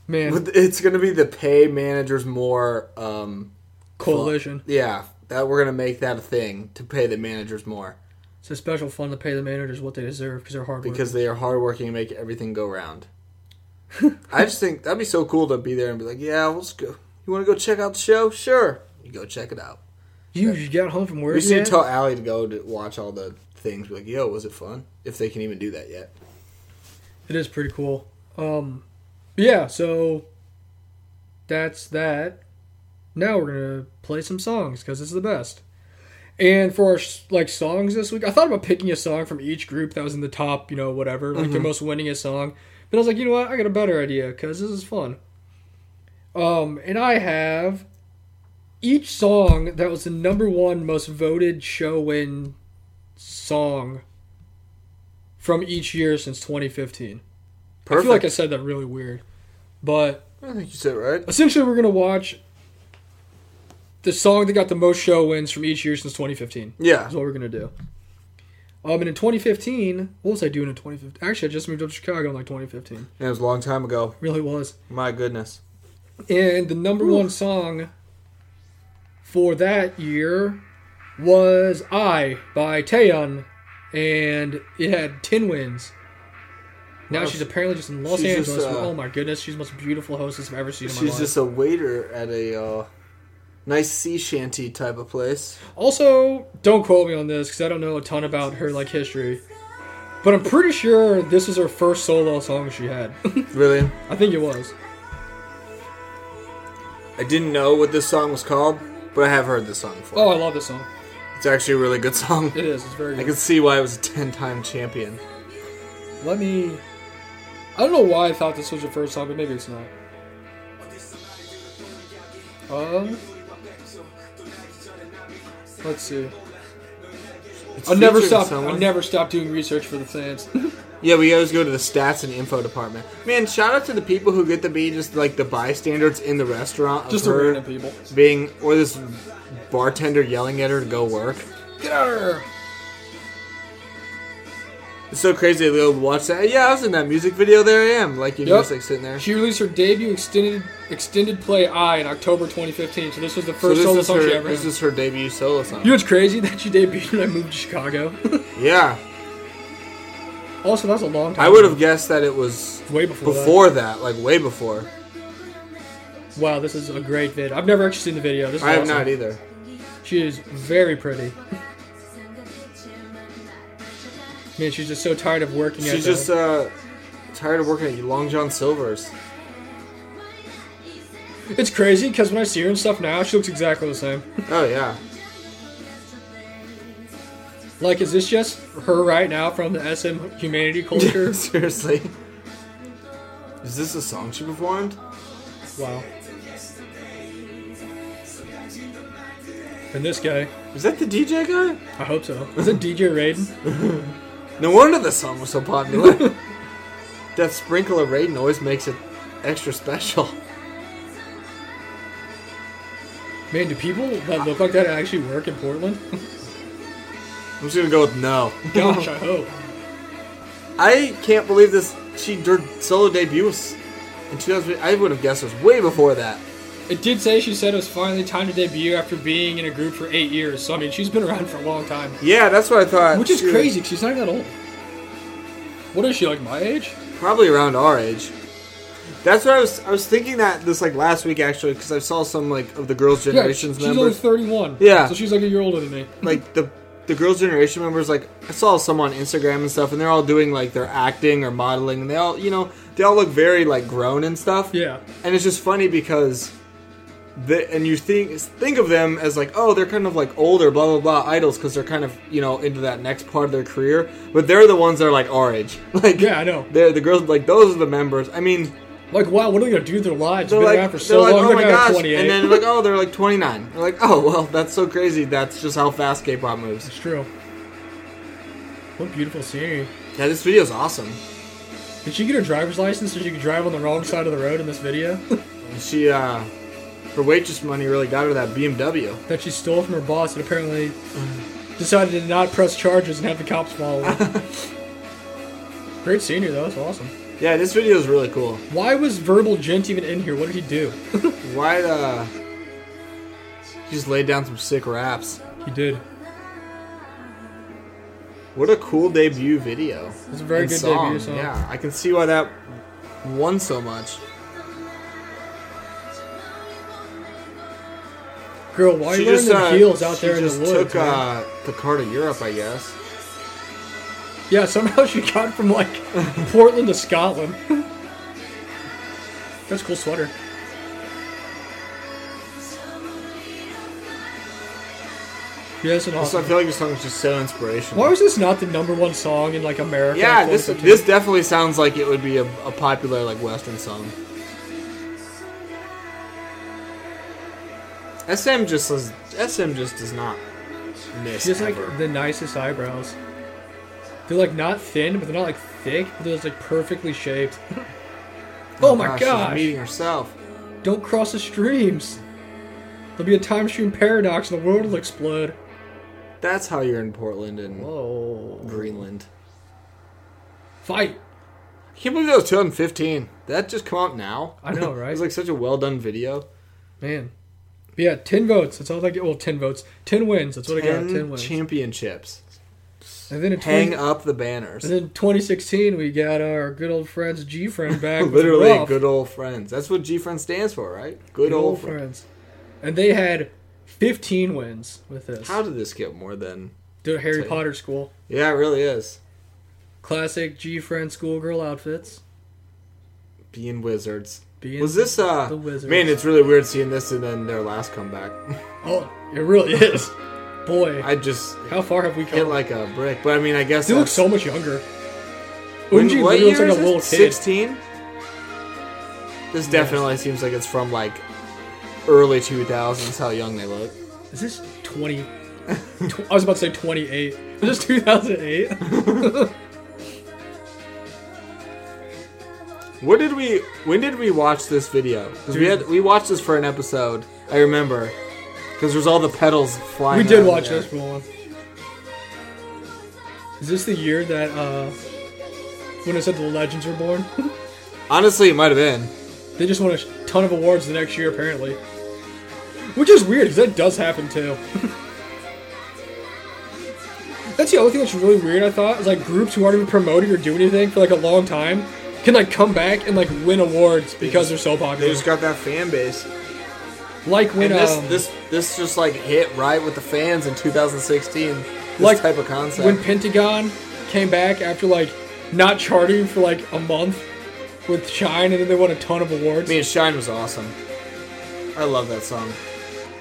B: man
A: it's gonna be the pay managers more. Um,
B: coalition.
A: yeah, that we're gonna make that a thing to pay the managers more
B: It's a special fund to pay the managers what they deserve because they're hard
A: because they are hardworking and make everything go
B: [laughs]
A: round. I just think that'd be so cool to be there and be like, yeah, we'll just go. You want to go check out the show? Sure. You go check it out.
B: you, you got home from work.
A: We should
B: yet?
A: tell Allie to go to watch all the things. Be like, yo, was it fun? If they can even do that yet.
B: It is pretty cool. Um, yeah, so that's that. Now we're gonna play some songs because it's the best. And for our s- like songs this week, I thought about picking a song from each group that was in the top, you know, whatever, like the most winningest song. But I was like, you know what, I got a better idea because this is fun. Um, and I have each song that was the number one most voted show win song from each year since 2015. I
A: Perfect.
B: feel like I said that really weird. But
A: I think you said it right.
B: essentially, we're going to watch the song that got the most show wins from each year since 2015.
A: Yeah.
B: That's what we're going to do. Um, and in 2015, what was I doing in 2015? Actually, I just moved up to Chicago in like 2015.
A: It was a long time ago.
B: Really was.
A: My goodness.
B: And the number one song for that year was I by Taeyeon. And it had 10 wins. Now
A: Wow.
B: she's apparently just in Los
A: She's
B: Angeles.
A: just,
B: where-
A: uh,
B: oh my goodness, she's the most beautiful hostess I've ever seen in my
A: She's
B: life.
A: just a waiter at a uh, nice sea shanty type of place.
B: Also, don't quote me on this because I don't know a ton about her like history. But I'm pretty sure this is her first solo song she had. [laughs]
A: Really?
B: I think it was.
A: I didn't know what this song was called, but I have heard this song before.
B: Oh, I love this song.
A: It's actually a really good song. [laughs]
B: It is. It's very
A: I
B: good.
A: can see why it was a 10 time champion.
B: Let me. I don't know why I thought this was your first song, but maybe it's not. Um. Let's see.
A: It's
B: I never
A: featuring
B: stop. I
A: someone.
B: never stop doing research for
A: [laughs]
B: the fans.
A: Yeah, we always go to the stats and info department. Man, shout out to the people who get to be just like the bystanders in the restaurant. Of
B: Just the
A: her
B: random people.
A: being or this bartender yelling at her to go work.
B: Get out of here.
A: It's so crazy. They go watch that. Yeah, I was in that music video. There I am. Like you
B: Yep.
A: just like sitting there.
B: She released her debut extended extended play "I" in October 2015. So this was the
A: So
B: first
A: this
B: solo
A: is
B: song she
A: her.
B: ever.
A: This
B: had.
A: is her debut solo song.
B: you know what's crazy? [laughs] That she debuted when I moved to Chicago. [laughs]
A: yeah,
B: also, that's a long time.
A: I would have guessed that it was
B: way before. that.
A: before that. Like way before.
B: Wow, this is a great vid. I've never actually seen the video. This is
A: I have
B: awesome.
A: not either.
B: She is very pretty. Man, she's just so tired of working. at
A: She's
B: the-
A: just uh, tired of working at Long John Silver's.
B: It's crazy because when I see her and stuff now, she looks exactly the same.
A: Oh yeah.
B: Like, is this just her right now from the SM
A: [laughs]
B: humanity culture?
A: Seriously. Is this a song she performed?
B: wow. And this guy,
A: Is that the DJ guy?
B: I hope so. Is it DJ Raiden?
A: No wonder the song was so
B: [laughs]
A: popular. that sprinkle of rain noise makes it extra special.
B: Man, do people that look like that actually work in Portland?
A: I'm just gonna go with no.
B: Gosh, I hope.
A: I can't believe this. She her solo debut was in 2000. I would have guessed it was way before that.
B: It did say she said it was finally time to debut after being in a group for eight years. So I mean, she's been around for a long time,
A: Yeah, that's what I thought.
B: which is
A: She was
B: crazy. 'cause she's not that old. What is she like my age?
A: Probably around our age. That's what I was. I was thinking that this like last week actually because I saw some like of the girls'
B: Yeah,
A: generations
B: she's only
A: members.
B: thirty-one.
A: Yeah.
B: so she's like a year older than me.
A: like the the girls generation members like i saw some on instagram and stuff and they're all doing like their acting or modeling and they all you know they all look very like grown and stuff
B: Yeah,
A: and it's just funny because the and you think think of them as like oh they're kind of like older blah blah blah idols because they're kind of you know into that next part of their career but they're the ones that are like our age [laughs] like
B: yeah, I know.
A: they're the girls like those are the members i mean
B: Like, wow, what are they gonna do with their lives?
A: they're
B: been
A: like,
B: around for
A: they're
B: so
A: like
B: long.
A: oh
B: They're
A: my
B: now
A: gosh
B: twenty-eight.
A: and then like oh they're like 29 they're like oh well that's so crazy that's just how fast k-pop moves
B: it's true. What beautiful scenery.
A: yeah this video is awesome
B: Did she get her driver's license so she could drive on the wrong side of the road in this video [laughs]
A: She, uh, her waitress money really got her that BMW.
B: that she stole from her boss and apparently decided to not press charges and have the cops
A: [laughs]
B: follow her? Great scenery though. That's awesome.
A: Yeah, this video is really cool.
B: Why was Verbal Gent even in here? What did he do? [laughs]
A: Why, uh, she just laid down some sick raps.
B: He did.
A: What a cool debut video.
B: It's a very
A: And
B: good debut song.
A: Yeah, I can see why that won so much.
B: Girl, why are you wearing them heels out
A: uh, she
B: there in the
A: just
B: woods?
A: took
B: man?
A: uh, the car to Europe, I guess.
B: Yeah, somehow [laughs] she got from like Portland to Scotland. [laughs] That's a cool sweater. Yeah, that's an
A: Also, I
B: awesome.
A: feel like this song is just so inspirational.
B: Why was this not the number one song in like America? in
A: yeah, this
B: 2015?
A: this definitely sounds like it would be a, a popular like Western song. SM just does, SM just does not miss
B: She has like
A: ever.
B: the nicest eyebrows. They're like not thin, but they're not like thick. But they're just, like
A: [laughs]
B: perfectly shaped. oh my
A: gosh, she's
B: gosh!
A: meeting herself.
B: Don't cross the streams. There'll be a time stream paradox, and the world will explode.
A: That's how you're in Portland and
B: Whoa!
A: Greenland.
B: Fight!
A: I can't believe that was 2015. That just come out now. [laughs]
B: I know, right?
A: it's like such a well done video.
B: Man. But yeah, 10 votes. That's all I get. Well, 10 votes. 10 wins. That's what I got.
A: Ten
B: 10 wins. [laughs]
A: championships.
B: and then in 20,
A: Hang up the banners.
B: and
A: [laughs]
B: then 2016, we got our good old friends G
A: [laughs]
B: Friend back. with
A: Literally,
B: Ruff.
A: good old friends. That's what G Friend stands for, right? Good,
B: Good
A: old,
B: old
A: friends.
B: friends. And they had 15 wins with this.
A: How did this get more than?
B: Did a Harry
A: Say.
B: Potter school.
A: Yeah, it really is.
B: Classic G Friend schoolgirl outfits.
A: Being wizards.
B: Being
A: was this uh?
B: the Wizards.
A: Man, it's really weird seeing this and then their last comeback. [laughs]
B: Oh, it really is. Boy,
A: I just
B: how far have we
A: hit
B: come?
A: like a brick. But I mean, I guess
B: they look
A: that's-
B: so much younger.
A: When-
B: Unji
A: what
B: literally
A: year
B: looks like a
A: is
B: little
A: this?
B: kid.
A: Sixteen. This definitely seems like it's from like early two thousands. How young they look.
B: Is this
A: [laughs]
B: 20? Tw- I was about to say 28. Is this 2008?
A: What did we? When did we watch this video? Because we
B: Dude.
A: had we watched this for an episode. I remember because there's all the pedals flying.
B: we did
A: around
B: watch
A: there.
B: this for one. Is this the year that, uh, when I said the legends were born?
A: Honestly, it might have been.
B: they just won a sh- ton of awards the next year, apparently. Which is weird, because that does happen too. [laughs] that's the other thing that's really weird, I thought, is like groups who aren't even promoted or do anything for like a long time can like come back and like win awards because they're so
C: They
B: popular.
C: just got that fan base.
B: like when
A: And this
B: um,
A: this this just like hit right with the fans in 2016. This
B: Like,
A: type of concept.
B: when Pentagon came back after like not charting for like a month with Shine, and then they won a ton of awards.
A: I mean, Shine was awesome. I love that song.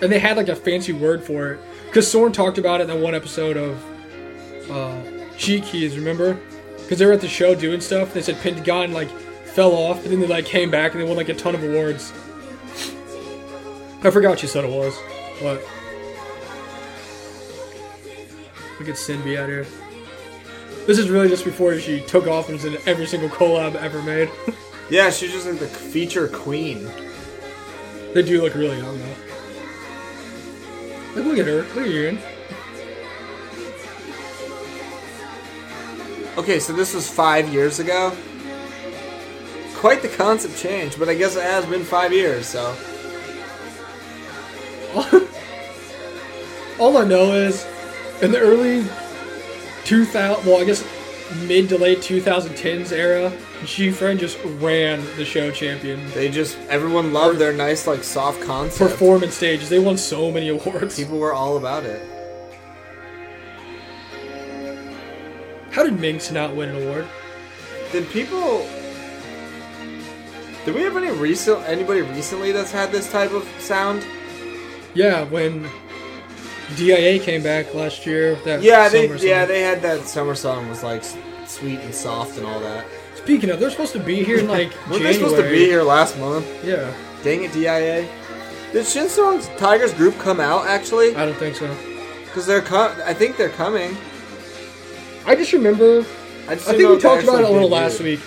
B: and they had like a fancy word for it because Soren talked about it in that one episode of uh, cheat keys. Remember? Because they were at the show doing stuff. And they said Pentagon like fell off, and then they like came back and they won like a ton of awards. I forgot what you said it was, but look at Sinby out here. This is really just before she took off and was in every single collab ever made. [laughs]
A: Yeah, she's just like the feature queen.
B: they do look really young though. Like look at her, look at Erin.
A: Okay, so this was five years ago. Quite the concept change, but I guess it has been five years. So
B: All I know is in the early 2000, well, I guess mid to late 2010s era, G Friend just ran the show champion
A: they just everyone loved their nice like soft concept.
B: performance stages. They won so many awards.
A: People were all about it.
B: How did Minx not win an award?
A: Did people? Did we have any recent anybody recently that's had this type of sound?
B: Yeah, when DIA came back last year. That
A: Yeah, they
B: summer
A: yeah
B: song.
A: they had that summer song was like s- sweet and soft and all that.
B: Speaking of, they're supposed to be
A: [laughs]
B: here in like
A: Weren't
B: January.
A: they supposed to be here last month?
B: Yeah,
A: Dang it, DIA. Did Shinsong's Tigers group come out actually?
B: I don't think so.
A: Because they're com- I think they're coming.
B: I just remember
A: I, just
B: I
A: didn't
B: think
A: know
B: we
A: if they
B: talked about it a
A: actually
B: little
A: debuted.
B: last week,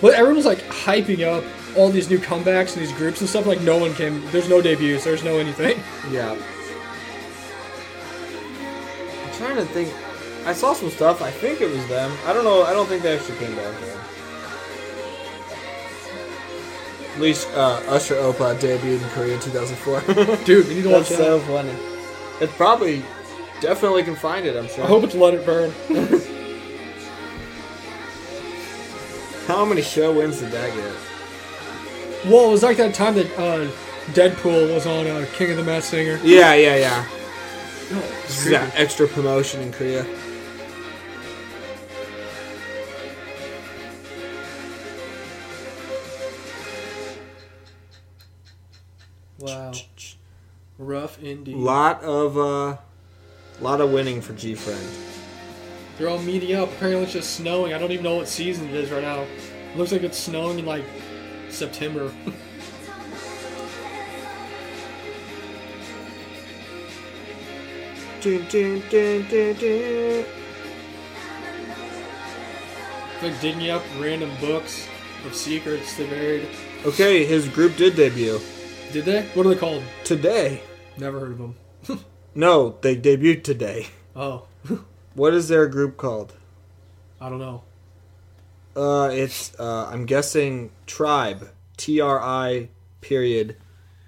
B: but everyone was like hyping up all these new comebacks and these groups and stuff. Like no one came. There's no debuts. There's no anything. [laughs]
A: Yeah. I'm trying to think. I saw some stuff. I think it was them. I don't know. I don't think they actually came back there. At least uh, Usher Opa debuted in Korea in [laughs] 2004.
B: Dude, we need to watch
A: That's so
B: that.
A: funny. It probably definitely can find it. I'm sure.
B: I hope it's Let It Burn. [laughs]
A: How many show wins did that get?
B: well, it was like that time that uh, Deadpool was on uh, King of the Masked Singer. Oh,
A: Yeah, yeah, yeah.
B: No,
A: This is that extra promotion in Korea.
B: Wow, rough indeed.
A: Lot of uh, lot of winning for G Friend.
B: They're all meeting up. Apparently, it's just snowing. I don't even know what season it is right now. It looks like it's snowing in like September. [laughs]
A: Dun, dun, dun, dun, dun.
B: They're digging up random books of secrets they buried.
A: Okay, his group did debut
B: Did they? What are they called?
A: today.
B: Never heard of them.
A: No, they debuted today.
B: Oh, [laughs]
A: What is their group called?
B: I don't know.
A: Uh, it's uh, I'm guessing Tribe. T R I period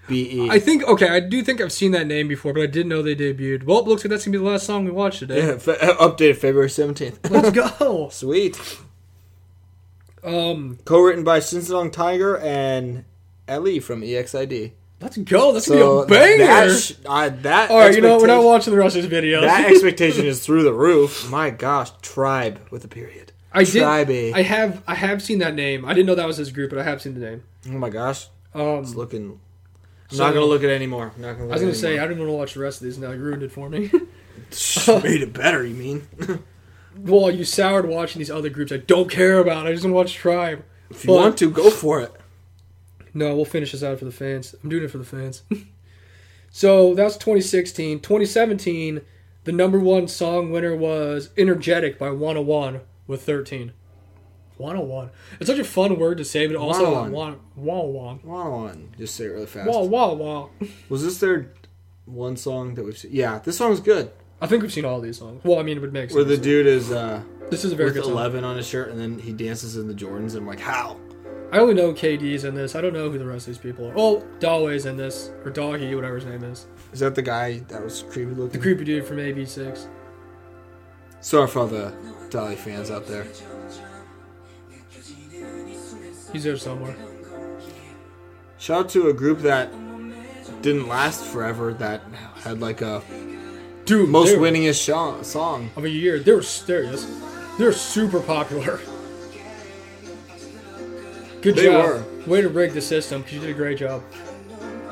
A: B E.
B: I think okay, I do think I've seen that name before, but I didn't know they debuted. Well, looks like that's gonna be the last song we watch today.
A: Yeah, fe- [laughs] updated February 17th.
B: [laughs] Let's go.
A: [laughs] Sweet.
B: Um,
A: Co-written by Shinsong Tiger and Ellie from E EXID.
B: let's go. That's
A: So
B: gonna be a banger.
A: that sh- I- that
B: All right, you know what? we're not
A: expectation-
B: watching the rest of this video.
A: that expectation is through the roof. My gosh, Tribe with a period.
B: I did.
A: Tribe.
B: I have. I have seen that name. I didn't know that was his group, but I have seen the name.
A: oh my gosh,
B: Um,
A: it's looking. I'm
B: So-
A: not gonna look at it anymore. I'm not gonna
B: I
A: look
B: was gonna
A: at it
B: say I
A: anymore.
B: didn't want to watch the rest of these. Now you ruined it for me. [laughs]
A: Shh, made it better. You mean?
B: well, you soured watching these other groups. I don't care about. I just want to watch Tribe.
A: if you want to, go for it.
B: No, we'll finish this out for the fans. I'm doing it for the fans. [laughs] So that's 2016. 2017, the number one song winner was Energetic by 101 with 13. 101. It's such a fun word to say, but also
A: 101.
B: 101.
A: One on. Just say it really fast.
B: 101.
A: Was this their one song that we've seen? Yeah, this song's good.
B: I think we've seen all these songs. Well, I mean, it would make sense.
A: Where the dude is uh,
B: this is a very
A: with
B: good song.
A: 11 on his shirt and then he dances in the Jordans and I'm like, how?
B: I only know KD's in this. I don't know who the rest of these people are. Oh, Dawes in this, or Doggy, whatever his name is.
A: Is that the guy that was creepy looking?
B: The creepy dude from AB6.
A: Sorry for all the Dolly fans out there.
B: He's there somewhere.
A: Shout out to a group that didn't last forever that had like a
B: Dude,
A: most
B: they were-
A: winningest sho- song.
B: of a year. They were there he is. They're super popular. Good
A: They
B: job. Way to break the system because you did a great job.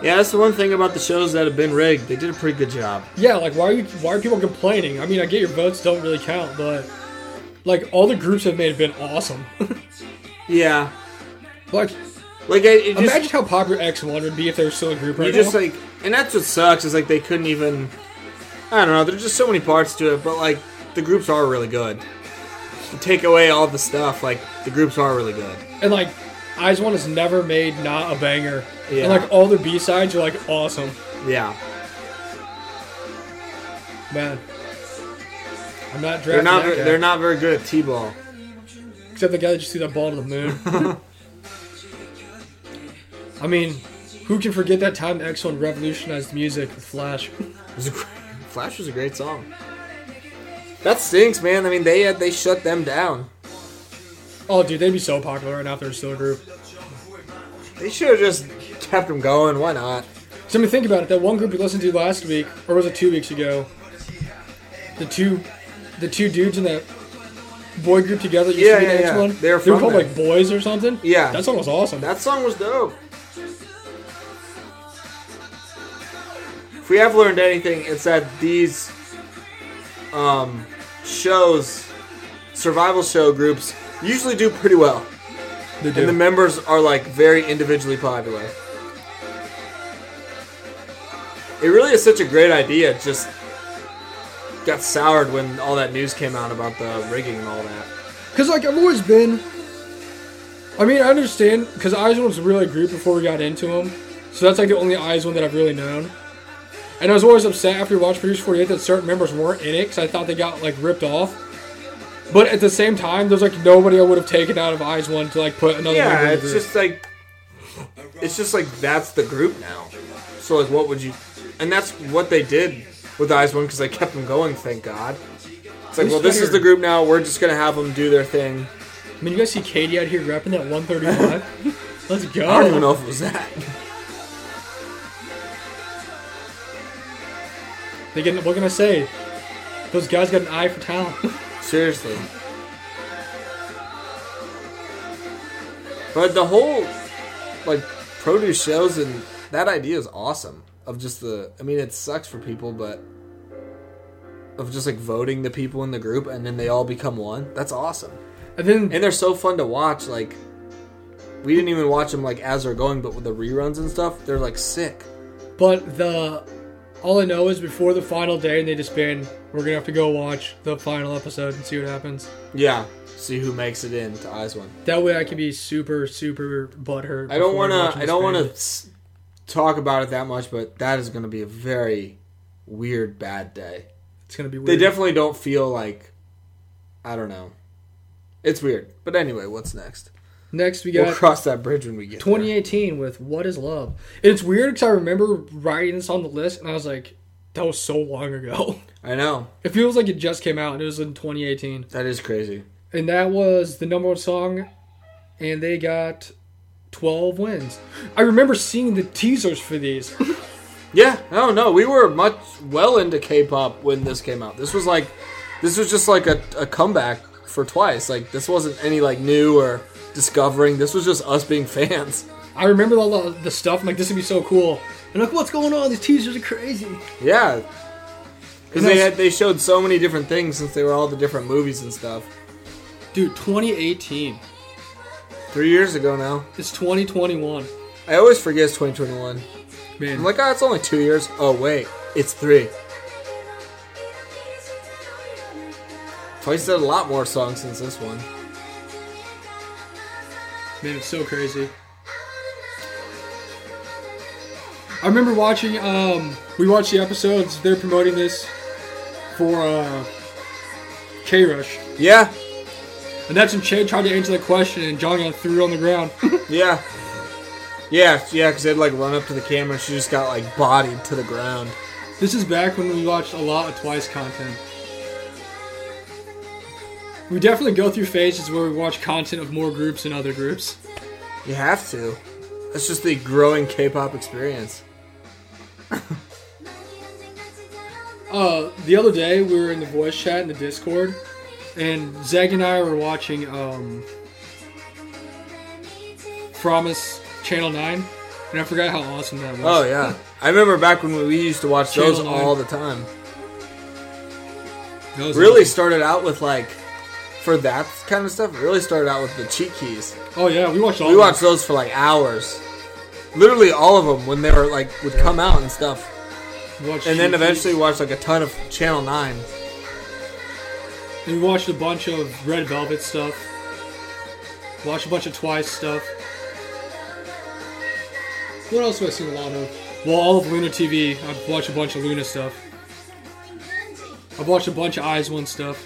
A: Yeah, that's the one thing about the shows that have been rigged. They did a pretty good job.
B: Yeah, like why are you why are people complaining? I mean, I get your votes don't really count, but like all the groups have made have been awesome. [laughs]
A: Yeah,
B: like
A: like it, it just,
B: imagine how popular X One would be if they were still a group
A: you
B: right
A: just
B: now.
A: like, and that's what sucks is like they couldn't even. I don't know. There's just so many parts to it, but like the groups are really good. To take away all the stuff, like the groups are really good.
B: and like Eyes One has never made not a banger.
A: Yeah.
B: And like all the B sides are like awesome,
A: Yeah,
B: man. I'm not drafting.
A: they're not
B: that guy.
A: they're not very good at t-ball.
B: Except the guy that just threw that ball to the moon.
A: [laughs]
B: I mean, who can forget that time X1 revolutionized music with Flash?
A: It was a great- [laughs] Flash was a great song. That stinks, man. I mean, they had they shut them down.
B: Oh, dude, they'd be so popular right now if they were still a group.
A: They should have just kept them going. Why not?
B: So, I mean, think about it. That one group we listened to last week, or was it two weeks ago? The two, the two dudes in that boy group together. that Used
A: Yeah,
B: to be the
A: yeah,
B: X1.
A: yeah. They were
B: they were
A: from
B: called
A: there.
B: like boys or something.
A: Yeah.
B: that song was awesome.
A: That song was dope. If we have learned anything, it's that these um, shows, survival show groups, usually do pretty well,
B: They do.
A: and the members are like very individually popular. It really is such a great idea. It just got soured when all that news came out about the rigging and all that.
B: Because, like, I've always been. I mean, I understand, because Eyes One was really a group before we got into them. So that's, like, the only Eyes One that I've really known. And I was always upset after we watched Produce 48 that certain members weren't in it, because I thought they got, like, ripped off. But at the same time, there's, like, nobody I would have taken out of Eyes One to, like, put another member
A: Yeah,
B: in the
A: it's
B: group.
A: just like it's just like that's the group now. So like, what would you? And that's what they did with Eyes One because they kept them going. Thank God. It's like,
B: Who's
A: well, this is
B: better?
A: the group now. We're just gonna have them do their thing.
B: I mean, you guys see Katie out here repping that
A: [laughs]
B: 135? Let's go.
A: I don't even know if it was that.
B: They get, what can I say? Those guys got an eye
A: [laughs]
B: for talent.
A: Seriously. But the whole like produce shows and that idea is awesome. Of just the, I mean, it sucks for people, but of just like voting the people in the group and then they all become one. That's awesome.
B: and then
A: and they're so fun to watch. Like, we didn't even watch them like as they're going, but with the reruns and stuff, they're like sick.
B: But the all I know is before the final day and they disband, we're gonna have to go watch the final episode and see what happens.
A: Yeah. See who makes it in to Eyes One.
B: That way I can be super, super butthurt.
A: I don't
B: before
A: want to.
B: watching
A: I don't want
B: disband.
A: to talk about it that much, but that is going to be a very weird bad day.
B: It's gonna be weird.
A: They definitely don't feel like. I don't know. It's weird. But anyway, what's next?
B: Next we got
A: We'll cross that bridge when we get there.
B: 2018 with What Is Love. It's weird because I remember writing this on the list and I was like, that was so long ago. [laughs]
A: I know
B: It feels like it just came out and it was in 2018.
A: that is crazy.
B: And that was the number one song, and they got 12 wins. I remember seeing the teasers for these. [laughs]
A: Yeah, I don't know. We were much well into K-pop when this came out. This was like, this was just like a, a comeback for Twice. Like this wasn't any like new or discovering. This was just us being fans.
B: I remember all the, the stuff. I'm like, this would be so cool. And like, what's going on? These teasers are crazy.
A: Yeah, because
B: And
A: they
B: that's-
A: had they showed so many different things since they were all the different movies and stuff.
B: Dude, 2018.
A: Three years ago now.
B: It's 2021.
A: I always forget it's 2021. I'm
B: Man,
A: like, ah, it's only two years. Oh wait, it's three. Twice did a lot more songs since this one.
B: man, it's so crazy. I remember watching. Um, we watched the episodes. They're promoting this for uh, K Rush,
A: Yeah,
B: and that's when Chad tried to answer that question, and John got threw on the ground. [laughs]
A: yeah, yeah, yeah. Because they'd like run up to the camera. She just got like bodied to the ground.
B: This is back when we watched a lot of Twice content. We definitely go through phases where we watch content of more groups and other groups.
A: You have to. That's just the growing K-pop experience.
B: Uh, the other day we were in the voice chat in the Discord, and Zach and I were watching um, Promise Channel Nine, and I forgot how awesome that was.
A: Oh yeah, I remember back when we used to watch those
B: Channel
A: all the time.
B: That was
A: Really
B: awesome.
A: started out with like, for that kind of stuff. Really started out with the cheat keys.
B: Oh yeah, we watched all.
A: We
B: of them.
A: watched those for like hours. Literally all of them when they were like would come out and stuff.
B: We watched
A: And then
B: Shooties,
A: eventually watched like a ton of Channel 9.
B: and we watched a bunch of Red Velvet stuff. Watched a bunch of Twice stuff. What else have I seen a lot of? Well, all of Luna TV. I've watched a bunch of Luna stuff. I've watched a bunch of Eyes One stuff.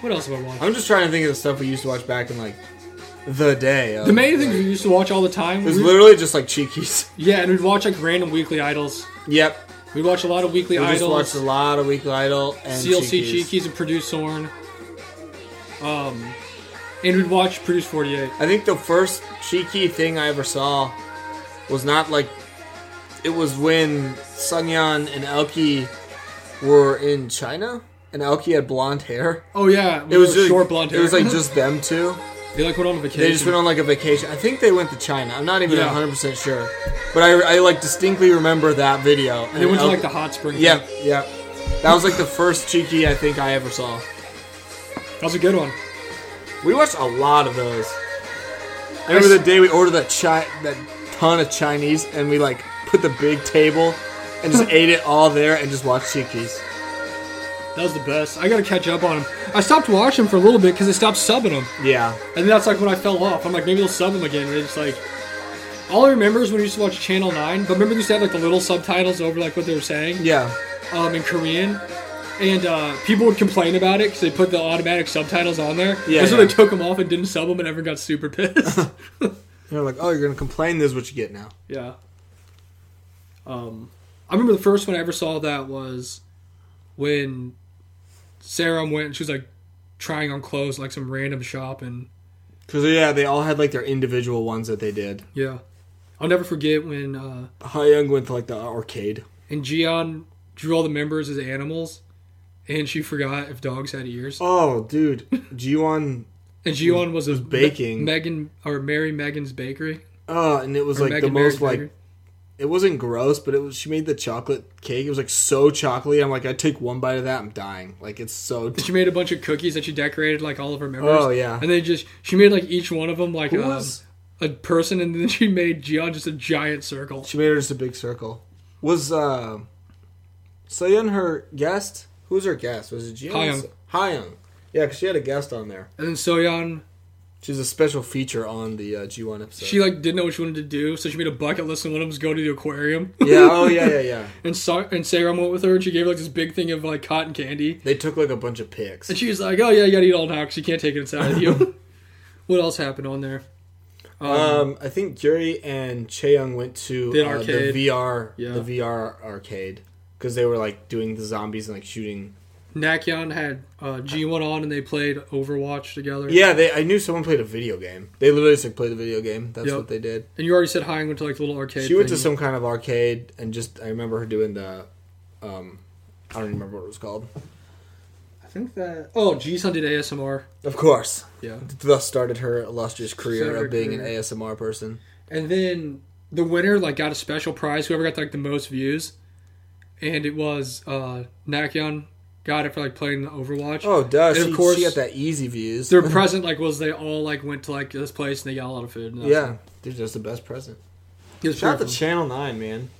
B: What else have I watched?
A: I'm just trying to think of the stuff we used to watch back in like the day. of-
B: The main things we used to watch all the time.
A: It was
B: we-
A: literally just like cheekies.
B: yeah, and we'd watch like random weekly idols.
A: [laughs] Yep.
B: We'd watch a lot of weekly
A: We just watched
B: idols.
A: a lot of Weekly Idol and
B: CLC
A: Cheekies.
B: Cheekies and Produce Sorn. Um, and we'd watch Produce 48.
A: I think the first cheeky thing I ever saw was not like it was when Sunyeon and Elky were in China and Elky had blonde hair.
B: Oh yeah,
A: It was just,
B: short blonde hair. [laughs]
A: It was like just them two.
B: they like went on vacation.
A: They just went on like a vacation. I think they went to China. I'm not even
B: Yeah.
A: 100 percent sure, but I, I like distinctly remember that video.
B: They went to
A: El-
B: like the hot spring. thing.
A: Yeah, yeah. That was like the first cheeky I think I ever saw.
B: that was a good one.
A: We watched a lot of those. I remember the day we ordered that chi- that ton of Chinese and we like put the big table and [laughs] just ate it all there and just watched cheekies.
B: That was the best. I gotta catch up on them. I stopped watching them for a little bit because they stopped subbing them,
A: Yeah,
B: and that's like when I fell off. I'm like, maybe they'll sub them again. And they just like. All I remember is when we used to watch Channel 9, but remember they used to have like the little subtitles over like what they were saying?
A: yeah.
B: um, in Korean, and uh, people would complain about it because they put the automatic subtitles on there.
A: Yeah,
B: and so
A: yeah.
B: they took them off and didn't sub them, and everyone got super
A: [laughs]
B: pissed.
A: And they're like, oh, you're gonna complain. This is what you get now.
B: yeah. Um, I remember the first one I ever saw that was when Sarah went and she was like trying on clothes like some random shop, and
A: Cause yeah, they all had like their individual ones that they did.
B: yeah, I'll never forget when uh,
A: Ha Young went to like the arcade.
B: and Gion drew all the members as animals. And she forgot if dogs had ears.
A: Oh, [laughs] dude, Jiwon
B: And Gion was, a
A: baking.
B: Megan or Mary Megan's bakery.
A: Oh, and it was
B: Or
A: like the
B: Meghan Markle's
A: most like
B: bakery.
A: it wasn't gross, but it was she made the chocolate cake. It was like so chocolatey. I'm like, I take one bite of that, I'm dying. Like it's so.
B: she made a bunch of cookies that she decorated like all of her members.
A: Oh, yeah.
B: and they just she made like each one of them like
A: Who
B: um,
A: was-
B: a person, and then [laughs] she made Gion just a giant circle.
A: She made her just a big circle. Was uh, Soyeon her guest? Who was her guest? Was it Jian?
B: Hayoung.
A: Hayoung. Yeah, because she had a guest on there.
B: And then Soyeon,
A: She's a special feature on the uh, G1 episode.
B: she like didn't know what she wanted to do, so she made a bucket list, and one of them was go to the aquarium.
A: [laughs] yeah. Oh yeah. Yeah. Yeah.
B: and so- and Sarah went with her, and she gave her like this big thing of like cotton candy,
A: They took like a bunch of pics.
B: and she was like, "Oh yeah, you gotta eat all now because you can't take it inside
A: [laughs]
B: of you." what else happened on there?
A: Um, I think Yuri and Chaeyoung went to
B: The
A: uh,
B: arcade.
A: the VR,
B: Yeah.
A: the VR arcade, because they were like doing the zombies and like shooting.
B: Nakyon had uh, G1 on, and they played Overwatch together.
A: Yeah, they. I knew someone played a video game. They literally just like, played the video game. That's
B: Yep.
A: what they did.
B: and you already said hi and went to like the little arcade.
A: She went to
B: thingy.
A: some kind of arcade and just. I remember her doing the. Um, I don't even remember what it was called.
B: I think that. Oh, G-Sun did ASMR.
A: Of course,
B: Yeah.
A: thus started her illustrious career
B: Started
A: of being
B: career.
A: an ASMR person.
B: And then the winner like got a special prize. Whoever got like the most views, and it was uh Nakyon got it for like playing Overwatch.
A: Oh, duh!
B: And
A: She,
B: of course,
A: she got that easy views. [laughs]
B: Their present like was they all like went to like this place and they got a lot of food. And that was-
A: yeah, dude, that's the best present.
B: It was
A: Shout out to
B: pretty fun.
A: Channel Nine, man.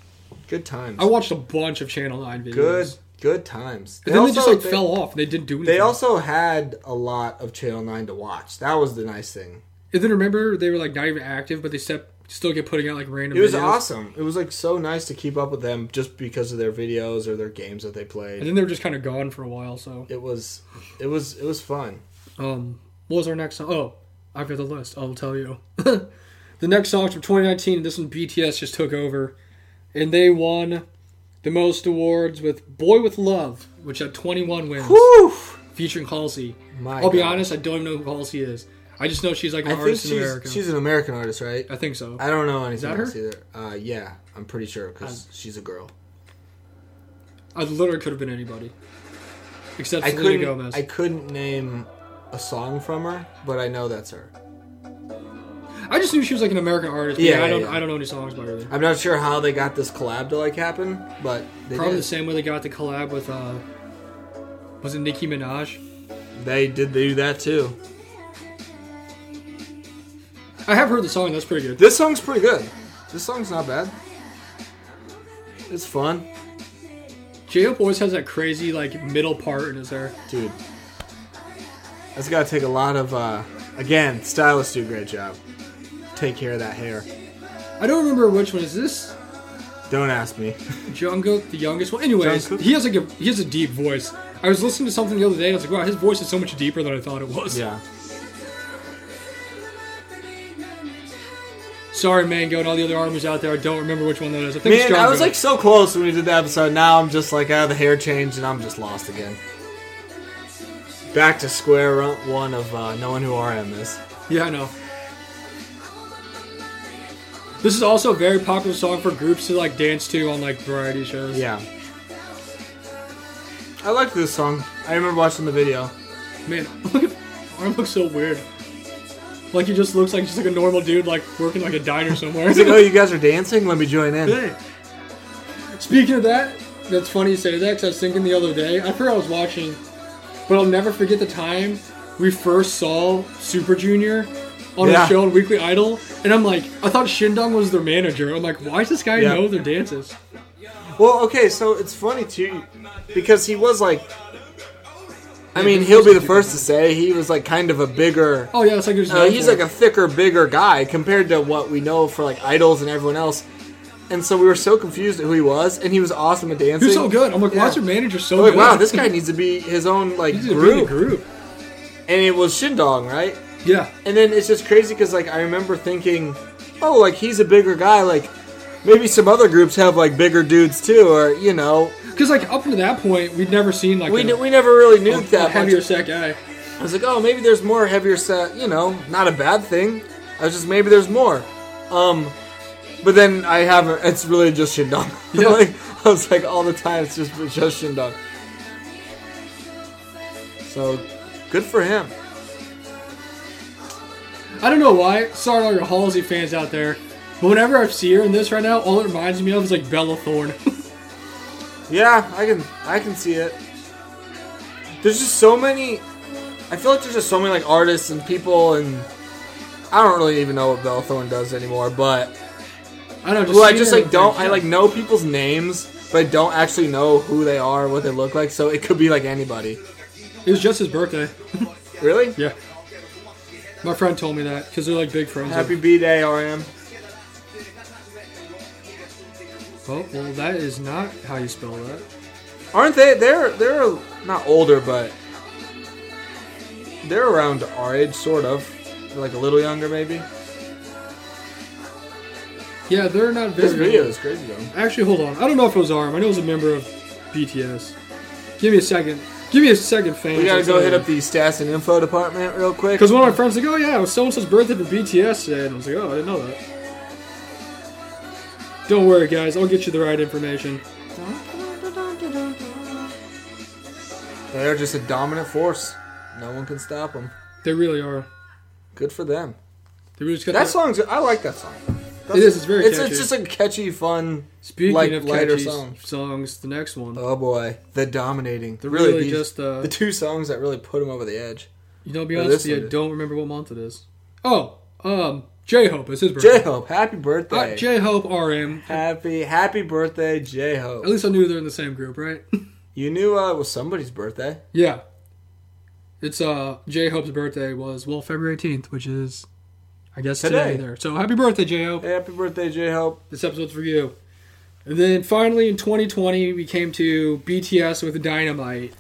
A: Good times.
B: I watched a bunch of Channel Nine videos.
A: good good times.
B: And then they just
A: also-
B: like fell off. and They didn't do anything.
A: They also had a lot of Channel Nine to watch. That was the nice thing.
B: And then remember, they were like not even active, but they step, still get putting out like random.
A: It was
B: videos.
A: awesome. It was like so nice to keep up with them just because of their videos or their games that they
B: And
A: played.
B: then they were just kind of gone for a while. So,
A: It was it was it was fun.
B: um, what was our next song? Oh, I've got the list. I'll tell you. [laughs] the next song's from 2019. This one BTS just took over, and they won the most awards with "Boy with Love," which had 21 wins,
A: Woo!
B: featuring Halsey.
A: My
B: I'll be
A: God.
B: honest, I don't even know who Halsey is. I just know she's like an
A: I think
B: artist in
A: she's,
B: America.
A: she's an American artist, right?
B: I think so.
A: I don't know anything
B: that her?
A: else either. Uh, yeah, I'm pretty sure because she's a girl.
B: I literally could have been anybody, except
A: I
B: Selena
A: couldn't
B: Gomez.
A: I couldn't name a song from her, but I know that's her.
B: I just knew she was like an American artist. but
A: Yeah,
B: I
A: yeah,
B: don't.
A: yeah.
B: I don't know any songs by her. Either.
A: I'm not sure how they got this collab to like happen, but they
B: Probably the
A: did.
B: same way they got the collab with, uh, was it Nicki Minaj?
A: They did do that too.
B: I have heard the song. That's pretty good.
A: This song's pretty good. This song's not bad. It's fun,
B: J Hope always has that crazy like middle part in his hair.
A: dude. That's got to take a lot of. uh Again, stylists do a great job. Take care of that hair.
B: I don't remember which one is this.
A: Don't ask me.
B: Jungkook, the youngest one. Anyways,
A: Jungkook?
B: he has like a he has a deep voice. I was listening to something the other day and I was like, wow, his voice is so much deeper than I thought it
A: [laughs]
B: was.
A: yeah.
B: Sorry, Mango and all the other armies out there. I don't remember which one that is. I think
A: Man,
B: it's
A: I was
B: Jungkook.
A: like so close when we did the episode. Now I'm just like out of the hair change and I'm just lost again. Back to square ro- one of uh, knowing who RM is.
B: Yeah, I know. This is also a very popular song for groups to like dance to on like variety shows.
A: Yeah. I liked this song. I remember watching the video.
B: Man, [laughs] look at Arm looks so weird. Like he just looks like just like a normal dude like working like a diner somewhere.
A: He's like,
B: [laughs]
A: oh, you guys are dancing? Let me join in.
B: Hey. Speaking of that, that's funny you say that because I was thinking the other day. I forgot I was watching, but I'll never forget the time we first saw Super Junior on
A: Yeah.
B: a show on Weekly Idol, and I'm like, I thought Shindong was their manager. I'm like, why does this guy
A: Yeah.
B: know their dances?
A: Well, okay, so it's funny too, because he was like, I mean, he'll be the first to say he was like kind of a bigger,
B: Oh yeah, it's like it was
A: uh, he's like a thicker, bigger guy compared to what we know for like idols and everyone else. And so we were so confused at who he was, and he was awesome at dancing.
B: Who's so good? I'm like, why
A: Yeah.
B: is your manager so
A: I'm like,
B: good?
A: wow, this guy needs to be his own like
B: [laughs] He's in a really
A: group.
B: group.
A: And it was Shindong, right?
B: Yeah,
A: And then it's just crazy because like I remember thinking, oh, like he's a bigger guy. Like maybe some other groups have like bigger dudes too, or you know,
B: because like up to that point, we'd never seen like
A: we,
B: a,
A: d- we never really knew
B: a- a
A: that
B: heavier
A: much.
B: set guy.
A: I was like, oh, maybe there's more heavier set. You know, not a bad thing. I was just maybe there's more. Um, but then I haven't. It's really just [laughs] Shindong.
B: Yeah.
A: like I was like all the time, it's just it's just Shindong. So good for him.
B: I don't know why. Sorry, to all your Halsey fans out there. But whenever I see her in this right now, all it reminds me of is like Bella Thorne. [laughs]
A: Yeah, I can I can see it. There's just so many. I feel like there's just so many like artists and people and I don't really even know what Bella Thorne does anymore, but
B: I don't know. Just
A: well, I
B: seeing
A: just
B: her
A: like
B: in
A: don't
B: things,
A: I
B: yeah.
A: like know people's names, but I don't actually know who they are, what they look like, so it could be like anybody.
B: It was just his birthday.
A: Really?
B: Yeah. My friend told me that because they're like big friends.
A: Happy B Day, RM.
B: oh well, that is not how you spell that.
A: Aren't they? They're they're not older, but they're around our age, sort of. They're like a little younger, maybe.
B: Yeah, they're not very.
A: This video is crazy though.
B: Actually, hold on. I don't know if it was Arm. I know it was a member of BTS. Give me a second. Give me a second, fans.
A: We gotta go hit up the stats and info department real quick.
B: Because one of my friends like, oh yeah, it was so and so's birthday for BTS today, and I was like, oh, I didn't know that. Don't worry, guys. I'll get you the right information.
A: They're just a dominant force. No one can stop them.
B: They really are.
A: Good for them.
B: They really just got
A: That
B: that-
A: song's. I like that song. That's,
B: It is, it's very
A: It's,
B: catchy.
A: it's just a catchy, fun.
B: Speaking
A: like
B: of
A: lighter
B: catchy
A: songs.
B: songs, the next one.
A: Oh boy, the dominating.
B: They're
A: really,
B: really,
A: these-
B: just uh,
A: the two songs that really put him over the edge.
B: you know, to be
A: Yeah,
B: honest,
A: this
B: with you,
A: one
B: I
A: is.
B: don't remember what month it is. Oh, um, J Hope is his
A: J
B: birthday.
A: Hope, happy birthday.
B: J Hope RM.
A: happy happy birthday, J
B: At
A: Hope.
B: least I knew they're in the same group, right? [laughs]
A: You knew uh, it was somebody's birthday.
B: yeah. It's uh J Hope's birthday was well February 18th, which is I guess today,
A: Today.
B: there. So happy birthday, J Hope.
A: Hey, happy birthday, J Hope.
B: This episode's for you. And then finally in 2020 we came to BTS with Dynamite,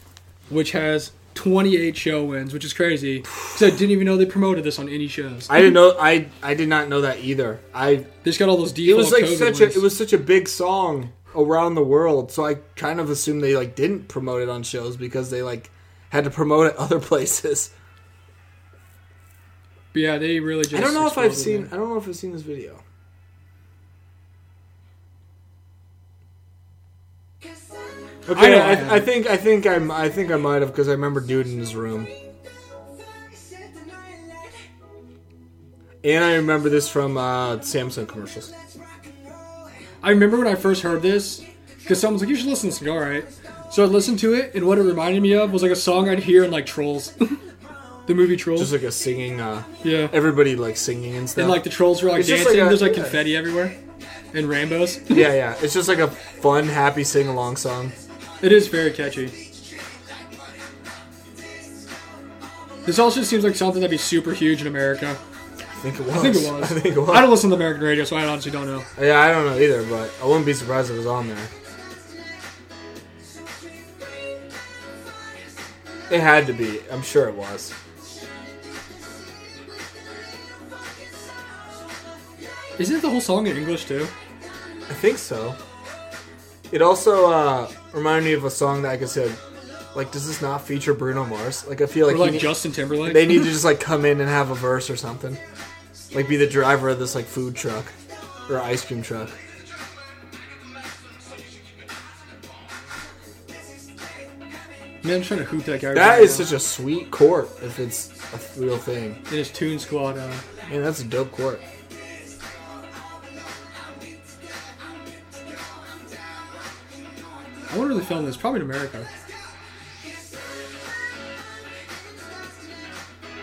B: which has 28 show wins, which is crazy. Because I didn't even know they promoted this on any shows.
A: I didn't know. I I did not know that either. I
B: They just got all those
A: it
B: default.
A: was like
B: COVID
A: such
B: wins.
A: a it was such a big song around the world. So I kind of assumed they like didn't promote it on shows because they like had to promote it [laughs] other places.
B: But yeah, they really just.
A: I don't know if I've seen.
B: exploded
A: I don't know if I've seen this video. Okay,
B: know I
A: I,
B: have.
A: I, think I think I'm I think I might have because I remember dude in his room, and I remember this from uh, Samsung commercials.
B: it. I remember when I first heard this because someone's like, "You should listen to this." All right, so I listened to it, and what it reminded me of was like a song I'd hear in like Trolls, [laughs] the movie Trolls.
A: Just like a singing, uh,
B: yeah,
A: everybody like singing and stuff.
B: and like the trolls were like
A: It's just
B: dancing.
A: like a-
B: There's like
A: yeah.
B: confetti everywhere, and rainbows.
A: yeah, yeah. It's just like a fun, happy sing along song.
B: it is very catchy. This also seems like something that'd be super huge in
A: [laughs]
B: America.
A: I think it was.
B: I think it was.
A: I think it was.
B: I don't listen to American radio, so I honestly don't know.
A: yeah, I don't know either, but I wouldn't be surprised if it was on there. It had to be. I'm sure it was.
B: Isn't the whole song in English too?
A: I think so. It also uh, reminded me of a song that I could say, like, does this not feature Bruno Mars? Like, I feel like,
B: Or
A: he
B: like
A: need-
B: Justin Timberlake?
A: they need to
B: [laughs]
A: just like come in and have a verse or something, like be the driver of this like food truck or ice cream truck.
B: Man, I'm trying to hoop that guy.
A: That
B: right
A: is
B: now.
A: such a sweet court if it's a real thing.
B: in his Tune Squad. Uh,
A: Man, that's a dope court.
B: I wonder where they filmed this. Probably in America.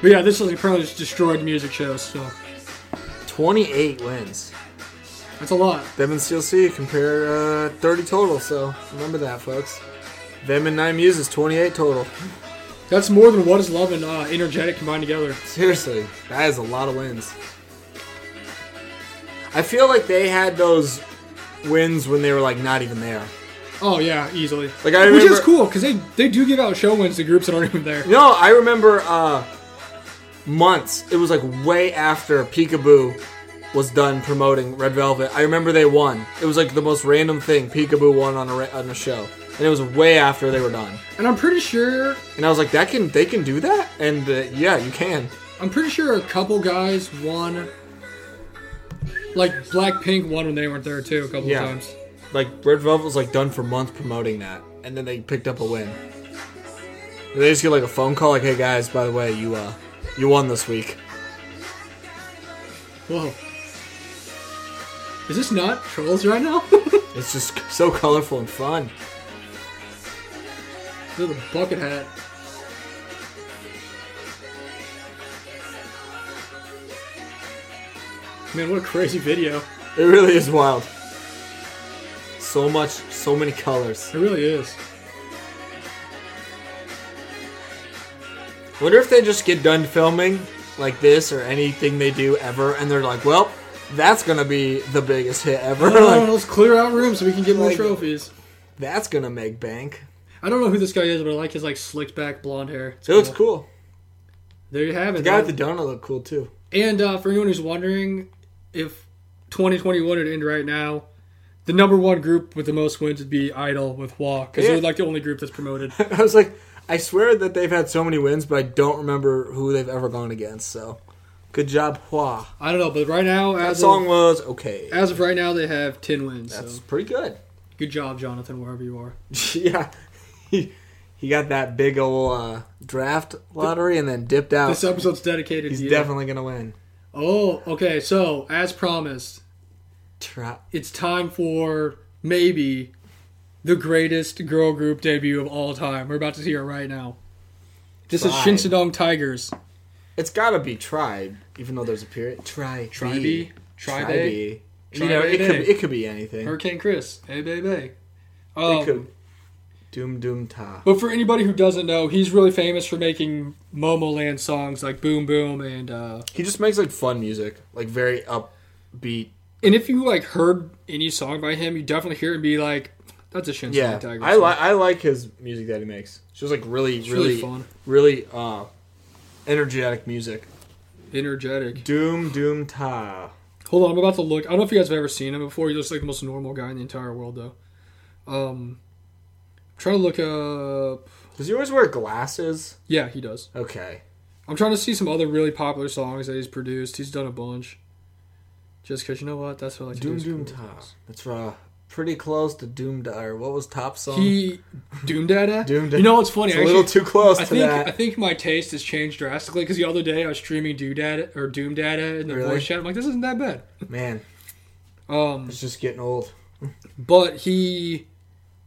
B: But yeah, this is probably just destroyed music shows. So
A: 28 wins.
B: that's a lot.
A: Them and Steel C compare uh, 30 total, so remember that, folks. Them and Nine Muses, 28 total. [laughs]
B: That's more than what is love and uh, energetic combined together.
A: Seriously, that is a lot of wins. I feel like they had those wins when they were like not even there.
B: Oh yeah, easily.
A: Like, I
B: which is
A: remember-
B: cool because they they do give out show wins to groups that aren't even there.
A: No, I remember uh, months. It was like way after Peekaboo was done promoting Red Velvet. I remember they won. It was like the most random thing. Peekaboo won on a ra- on a show, and it was way after they were done.
B: And I'm pretty sure
A: And I was like, that can they can do that? And uh, yeah, you can.
B: I'm pretty sure a couple guys won. Like Blackpink won when they weren't there too a couple
A: Yeah.
B: times.
A: Like Red Velvet was like done for months promoting that, and then they picked up a win. And they just get like a phone call, like, "Hey guys, by the way, you uh, you won this week."
B: Whoa. Is this not trolls right now? [laughs]
A: It's just [laughs] so colorful and fun.
B: They're the bucket hat. Man, what a crazy video.
A: It really is wild. So much, so many colors.
B: It really is.
A: Wonder if they just get done filming like this or anything they do ever, and they're like, "Well, that's gonna be the biggest hit ever. [laughs]
B: Oh,
A: like,
B: let's clear out rooms so we can get more
A: Like-
B: trophies.
A: that's gonna make bank."
B: I don't know who this guy is, but I like his like slicked back blonde hair. It's
A: It looks cool.
B: There you have it.
A: The guy with the
B: man.
A: donut looked cool too. [laughs]
B: and uh, for anyone who's wondering if 2021 would end right now, the number one group with the most wins would be Idol with Wah because
A: Yeah.
B: they're like the only group that's promoted.
A: I was like, I swear that they've had so many wins, but I don't remember who they've ever gone against. So, good job, Hua.
B: I don't know, but right now,
A: That
B: as
A: song
B: of,
A: was okay.
B: as of right now, they have 10 wins.
A: That's
B: So
A: pretty good.
B: good job, Jonathan, wherever you are.
A: [laughs] yeah, he he got that big old uh, draft lottery and then dipped out.
B: This episode's dedicated
A: Oh. He's
B: to you.
A: definitely gonna win.
B: oh, okay. So as promised,
A: Try.
B: it's time for maybe the greatest girl group debut of all time. We're about to see it right now. This
A: Fine.
B: is Shinsedong Tigers.
A: It's gotta be tribe, even though there's a period. Tribe.
B: Tribe. Tribe.
A: Tribe. You know, it could,
B: Tribe.
A: it could be anything.
B: Hurricane Chris. Hey, baby.
A: It
B: Um,
A: could. Doom Doom Ta.
B: But for anybody who doesn't know, he's really famous for making Momoland songs like Boom Boom and uh
A: He just makes like fun music, like very upbeat.
B: and if you like heard any song by him, you definitely hear it and be like, That's a Shin
A: Yeah,
B: Tiger.
A: I
B: song.
A: like I like his music that he makes. It's just like really,
B: It's
A: really,
B: really fun.
A: really uh, energetic music.
B: Energetic.
A: Doom Doom Ta.
B: Hold on, I'm about to look. I don't know if you guys have ever seen him before. He looks like the most normal guy in the entire world though. Um trying to look up
A: Does he always wear glasses?
B: Yeah, he does.
A: Okay.
B: I'm trying to see some other really popular songs that he's produced. He's done a bunch. Just cause you know what? That's what I like to do.
A: Doom
B: is
A: Doom
B: cool
A: Ta.
B: things.
A: That's uh, pretty close to Doom Da. Or what was top song?
B: He Doom Dada.
A: [laughs] Doom
B: You know what's funny?
A: it's a
B: actually,
A: little too close
B: I
A: to
B: think I
A: that.
B: [laughs] think my taste has changed drastically because the other day I was streaming Doom Data or Doom Data in the
A: Really?
B: voice chat. I'm like, this isn't that bad.
A: Man,
B: Um,
A: it's just getting old.
B: but he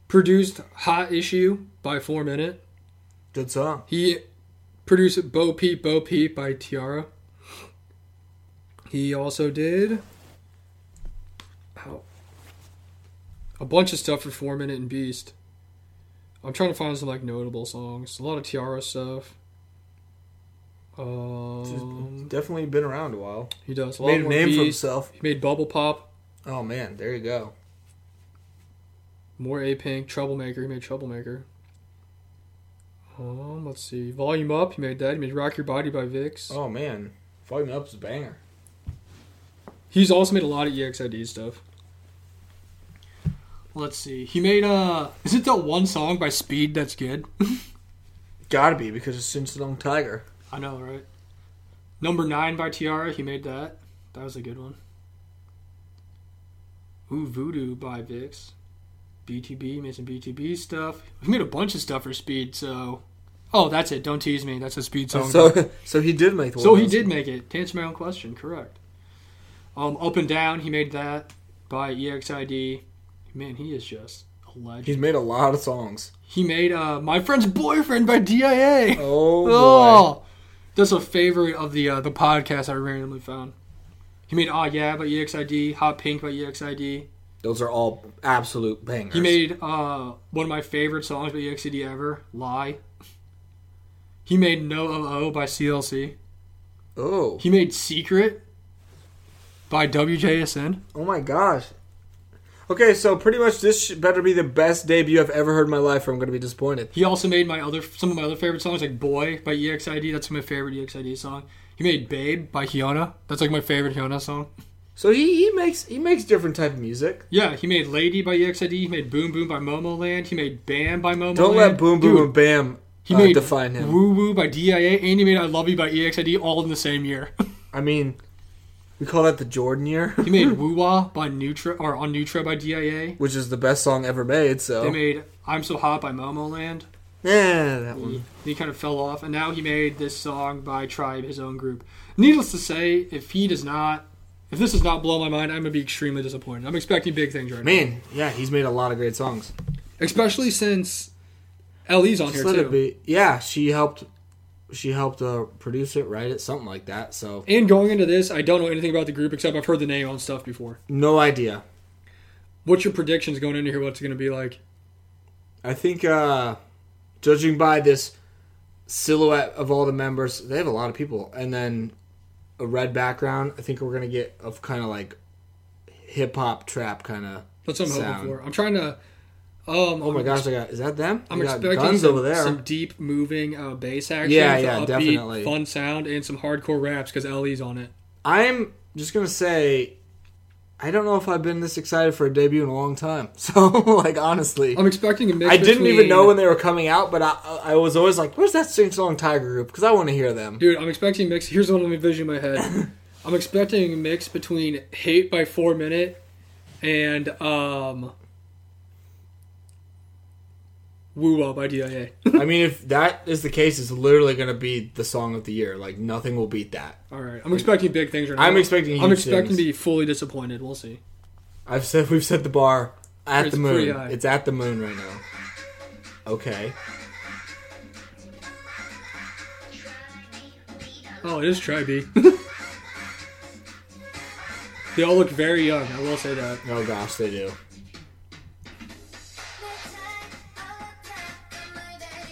B: produced Hot Issue by Four Minute.
A: Good song.
B: He produced Bo Peep Bo Peep by Tiara. He also did ow, a bunch of stuff for Four Minute and Beast. I'm trying to find some like notable songs. A lot of Tiara stuff.
A: He's
B: Um,
A: definitely been around a while.
B: He does. A lot
A: Made a
B: more
A: name for
B: Beast.
A: himself.
B: He made Bubble Pop,
A: Oh man, there you go.
B: more A Pink, Troublemaker. He made Troublemaker. Um, let's see. Volume Up. He made that. He made Rock Your Body by Vix.
A: Oh man, fucking up's a banger.
B: He's also made a lot of E EXID stuff. Let's see. He made uh, is it that one song by Speed that's good? [laughs]
A: Gotta be because it's Sinsalong Tiger.
B: I know, right? Number nine by Tiara. He made that. That was a good one. Ooh, Voodoo by Vix. BTB made some BTB stuff. He made a bunch of stuff for Speed. So, oh, that's it. Don't tease me. That's a Speed
A: [laughs]
B: song.
A: So, so he did make the.
B: So
A: one
B: he
A: that's-
B: did make it. To answer my own question, correct. Um, up and down, he made that by E EXID. Man, he is just a
A: He's
B: legend.
A: made a lot of songs.
B: He made uh, my friend's boyfriend by DIA.
A: Oh, boy.
B: Oh, that's a favorite of the uh, the podcast I randomly found. He made Ah Yeah by EXID, Hot Pink by E EXID.
A: those are all absolute bangers.
B: He made uh, one of my favorite songs by E EXID ever, Lie. He made No OO by CLC.
A: Oh,
B: He made Secret by WJSN.
A: oh my gosh. Okay, so pretty much this sh- better be the best debut I've ever heard in my life, or I'm gonna be disappointed.
B: He also made my other some of my other favorite songs like Boy by E EXID. That's my favorite E EXID song. He made Babe by Hyuna. That's like my favorite Hyuna song.
A: So he, he makes he makes different type of music.
B: Yeah, he made Lady by E EXID. He made Boom Boom by Momoland. He made Bam by Momoland.
A: Don't let boom boom
B: Dude,
A: and bam
B: He
A: uh,
B: made
A: define him.
B: Woo Woo by DIA and he made I Love You by EXID all in the same year. [laughs]
A: I mean, we call that the Jordan year,
B: he made Woo Wah by Nutra or on Nutra by DIA.
A: [laughs] which is the best song ever made. So
B: They made I'm So Hot by Momoland.
A: yeah, that one.
B: He, he kind of fell off, and now he made this song by Tribe, his own group. Needless to say, if he does not, if this does not blow my mind, I'm gonna be extremely disappointed. I'm expecting big things right
A: Man, yeah, he's made a lot of great songs.
B: now, especially since Ellie's on
A: Just
B: here
A: let it
B: too,
A: be. Yeah, she helped. She helped uh, produce it, write it, something like that. So
B: and going into this, I don't know anything about the group except I've heard the name on stuff before.
A: no idea.
B: What's your predictions going into here? What's it gonna be like?
A: I think, uh, judging by this silhouette of all the members, they have a lot of people, and then a red background. I think we're gonna get of kind of like hip hop trap kind of.
B: That's what I'm
A: Sound.
B: hoping for. I'm trying to. Um,
A: Oh my gosh, I got is that them?
B: I'm
A: They got
B: expecting
A: guns
B: some,
A: over there.
B: some deep moving uh, bass action,
A: Yeah,
B: with
A: yeah,
B: upbeat,
A: definitely.
B: fun sound, and some hardcore raps because Ellie's on it.
A: I'm just gonna say. I don't know if I've been this excited for a debut in a long time. [laughs] So, like, honestly,
B: I'm expecting a mix.
A: I didn't even
B: between-
A: know when they were coming out, but I I was always like, "Where's that sing song Tiger group?" Because I want to hear them.
B: Dude, I'm expecting mix. Here's what I'm envisioning in my head. I'm expecting a mix between Hate by Four Minute and um, Woo Wah by DIA.
A: I mean, if that is the case, it's literally going to be the song of the year. Like nothing will beat that.
B: All right, I'm expecting big things right now.
A: I'm expecting
B: I'm
A: huge
B: expecting
A: things.
B: to be fully disappointed. We'll see.
A: I've said we've set the bar at
B: It's
A: the
B: pretty
A: moon.
B: high.
A: It's at the moon right now. Okay.
C: Try me, beat a
B: Oh, it is Tri B. they all look very young. I will say that.
A: Oh gosh, they do.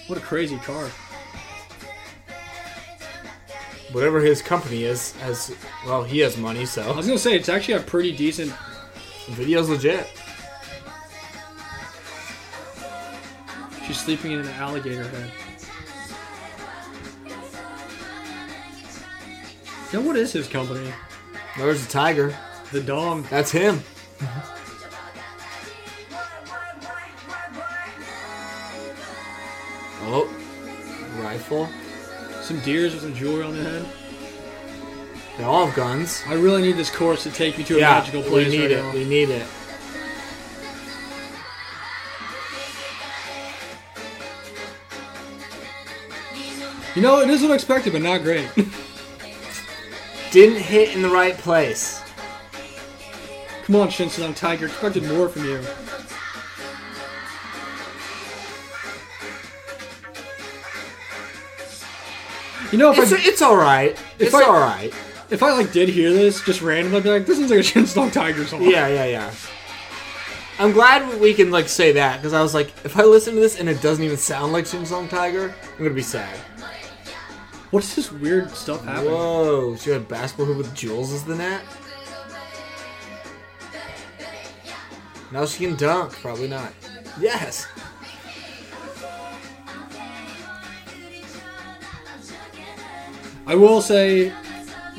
B: What a crazy car.
A: Whatever his company is, has well, he has money,
B: I
A: so
B: was gonna say it's actually a pretty decent.
A: the video's legit.
B: She's sleeping in an alligator head. Now, what is his company?
A: There's a tiger.
B: The Dong.
A: That's him. Oh, rifle.
B: Some deers with some jewelry on their head.
A: They all have guns.
B: I really need this course to take me to a
A: yeah,
B: magical
A: we
B: place
A: need
B: right
A: it.
B: now.
A: We need it.
B: You know, it is unexpected, but not great. [laughs]
A: Didn't hit in the right place.
B: Come on, Shinson, I'm Tiger. Expected more from you. You know, if
A: It's,
B: I
A: it's all right. It's
B: I-
A: all right.
B: if I like did hear this just randomly, I'd be like, this is like a Shinson Tiger song.
A: Yeah, yeah, yeah. I'm glad we can like say that because I was like, if I listen to this and it doesn't even sound like Shin Song Tiger, I'm gonna be sad.
B: What's this weird stuff happening?
A: Whoa, she had a basketball hoop with jewels as the net. Now she can dunk. Probably not. Yes.
B: I will say,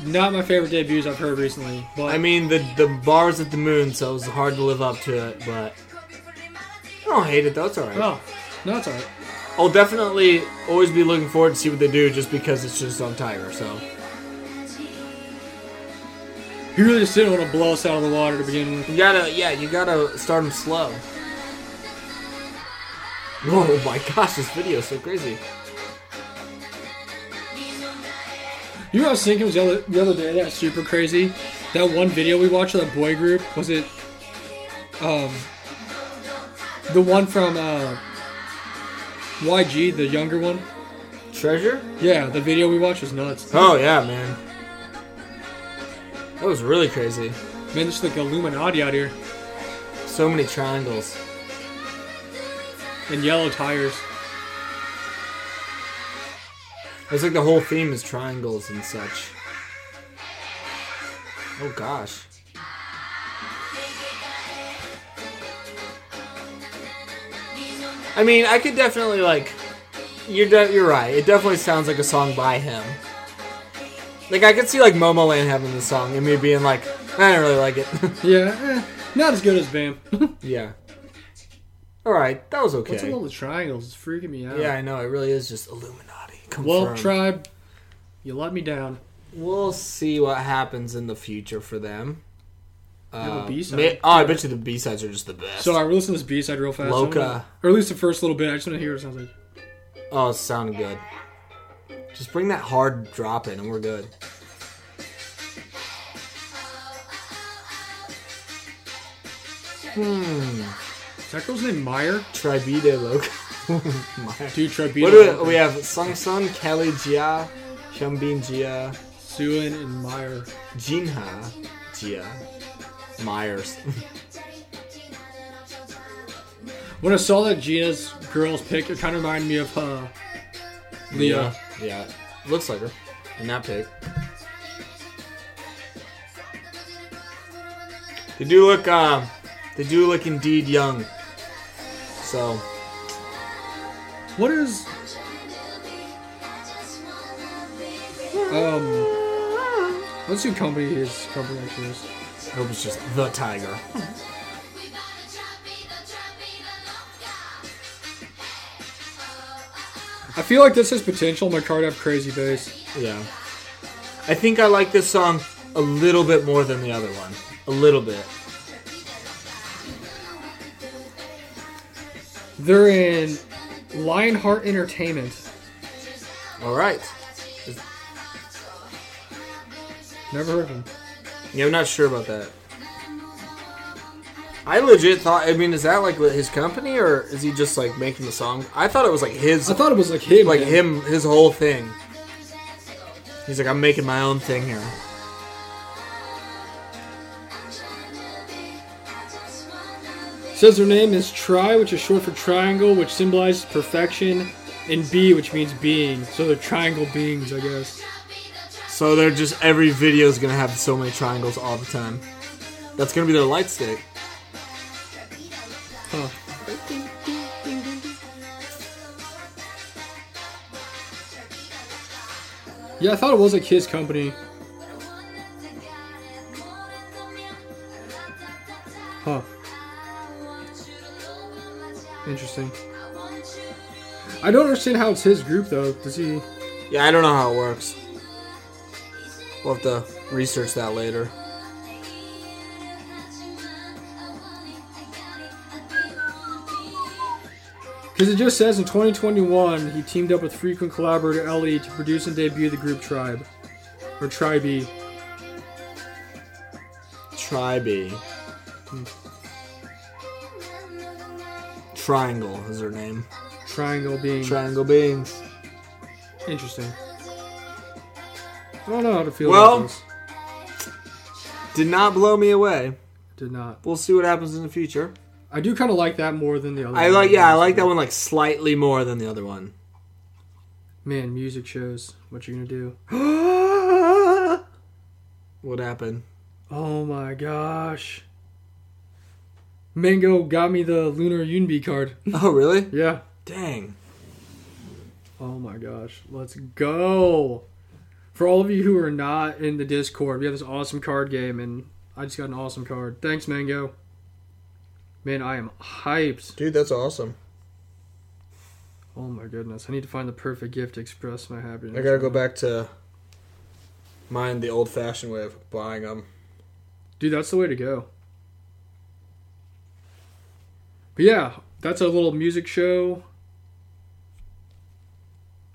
B: not my favorite debuts I've heard recently, but
A: I mean the the bars at the moon, so it was hard to live up to it, but I don't hate it though. It's all right.
B: oh, no, it's alright.
A: I'll definitely always be looking forward to see what they do, just because it's just on Tiger. So
B: He really just didn't want to blow us out of the water to begin with.
A: you gotta, yeah, you gotta start them slow. Oh [laughs] my gosh, this video is so crazy.
B: You know what I was thinking was the other, the other day that was super crazy? That one video we watched of that boy group, was it um the one from uh YG, the younger one?
A: Treasure?
B: Yeah, the video we watched was nuts.
A: Oh yeah, man. That was really crazy.
B: Man, this is like Illuminati out here.
A: So many triangles.
B: And yellow tires.
A: It's like the whole theme is triangles and such. Oh gosh. I mean, I could definitely like. You're de- you're right. It definitely sounds like a song by him. Like I could see like Momoland having this song and me being like, I don't really like it. [laughs]
B: Yeah, eh, not as good as [laughs] Bam.
A: yeah. All right, that was
B: What's with
A: okay.
B: all the triangles? It's freaking me out.
A: Yeah, I know. It really is just Illuminati.
B: Well,
A: Confirmed.
B: tribe, you let me down.
A: We'll see what happens in the future for them.
B: have a
A: Uh,
B: B-side.
A: may- oh, I bet you the B sides are just the best.
B: So I listened to this B side real fast. I
A: Loca.
B: wanna- Or at least the first little bit. I just want to hear what it sounds like.
A: oh, it sounded good. Just bring that hard drop in, and we're good. Hmm.
B: Is that girl's name Meyer?
A: Tribide Loca. [laughs] My-
B: Dude, Tribito.
A: what do we, we have? Sung Sun, Kelly Jia, Hyunbin Jia,
B: Suin and Meyer.
A: Jinha Jia, Myers. [laughs]
B: When I saw that Gina's girl's pick, it kind of reminded me of uh, Leah.
A: Yeah. uh, Looks like her. In that pic. They do look um they do look indeed young. So
B: What is um? Let's see company his company actually is.
A: I hope it's just the tiger.
B: I feel like this has potential. My card have crazy bass.
A: Yeah. I think I like this song a little bit more than the other one. A little bit.
B: They're in Lionheart Entertainment.
A: Alright.
B: Never heard of them.
A: Yeah, I'm not sure about that. I legit thought I mean, is that like his company or is he just like making the song? I thought it was like his
B: I thought it was like him.
A: like
B: man.
A: him his whole thing He's like, I'm making my own thing here.
B: Says her name is Tri, which is short for triangle, which symbolizes perfection, and B, which means being. So they're triangle beings, I guess.
A: So they're just every video is gonna have so many triangles all the time. That's gonna be their light stick.
B: Huh. Yeah, I thought it was like his company. Huh. Interesting. I don't understand how it's his group though. Does he?
A: Yeah, I don't know how it works. We'll have to research that later.
B: Because it just says in 2021 he teamed up with frequent collaborator Ellie to produce and debut the group Tribe, or Tribe.
A: Tribe. Triangle is her name.
B: Triangle being
A: Triangle beings.
B: interesting. I don't know how to feel
A: Well-
B: about this.
A: Did not blow me away.
B: Did not.
A: We'll see what happens in the future.
B: I do kind of like that more than the other.
A: I
B: one.
A: like yeah, I like that one like slightly more than the other one.
B: Man, music shows. What you gonna do? [gasps]
A: what happened? [laughs]
B: Oh my gosh. Mango got me the Lunar Unbi card.
A: Oh really?
B: yeah.
A: Dang.
B: Oh my gosh. Let's go. For all of you who are not in the Discord, we have this awesome card game, and I just got an awesome card. Thanks, Mango. Man, I am hyped.
A: Dude, that's awesome.
B: Oh my goodness. I need to find the perfect gift to express my happiness.
A: back to mine the old fashioned way of buying them.
B: Dude, that's the way to go. But yeah, that's a little music show.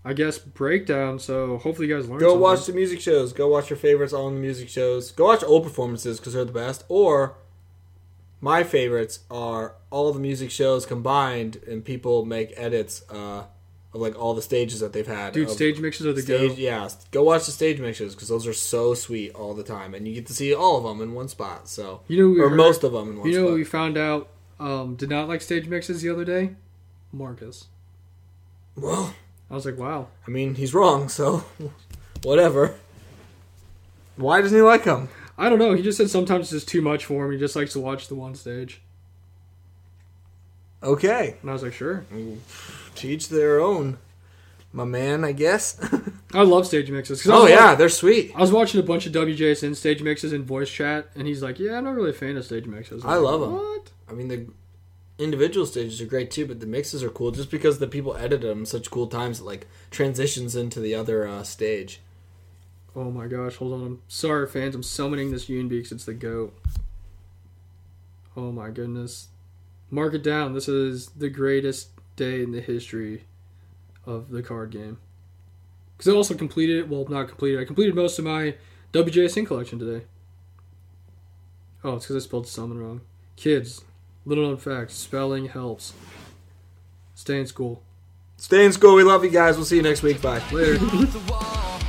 B: I guess breakdown. So hopefully you guys learned.
A: Go
B: something.
A: watch the music shows. Go watch your favorites on the music shows. Go watch old performances because they're the best. Or my favorites are all the music shows combined, and people make edits uh, of like all the stages that they've had.
B: Dude,
A: of
B: stage mixes are the
A: stage,
B: go.
A: yeah. Go watch the stage mixes because those are so sweet all the time, and you get to see all of them in one spot. So
B: You know, we
A: or
B: heard-
A: most of them in one
B: You know,
A: spot.
B: what we found out um, did not like stage mixes the other day. Marcus.
A: well,
B: I was like, wow.
A: I mean, he's wrong, so [laughs] whatever. Why doesn't he like them?
B: I don't know. He just said sometimes it's just too much for him. He just likes to watch the one stage.
A: Okay.
B: And I was like, sure.
A: teach their own, my man. I guess. [laughs]
B: I love stage mixes. 'Cause I was
A: oh
B: like-
A: yeah, they're sweet.
B: I was watching a bunch of WJSN stage mixes in voice chat, and he's like, "Yeah, I'm not really a fan of stage mixes."
A: I
B: was
A: love
B: like,
A: 'em.
B: What?
A: I mean, the individual stages are great too, but the mixes are cool just because the people edit them such cool times. It like transitions into the other uh, stage.
B: Oh my gosh! Hold on. I'm sorry, fans. I'm summoning this UNB because it's the goat. Oh my goodness! Mark it down. This is the greatest day in the history of the card game. Because I also completed, well, not completed. I completed most of my WJSN collection today. Oh, it's because I spelled summon wrong. Kids, little known fact: spelling helps. Stay in school.
A: Stay in school. We love you guys. We'll see you next week. Bye.
B: Later.
C: the wall.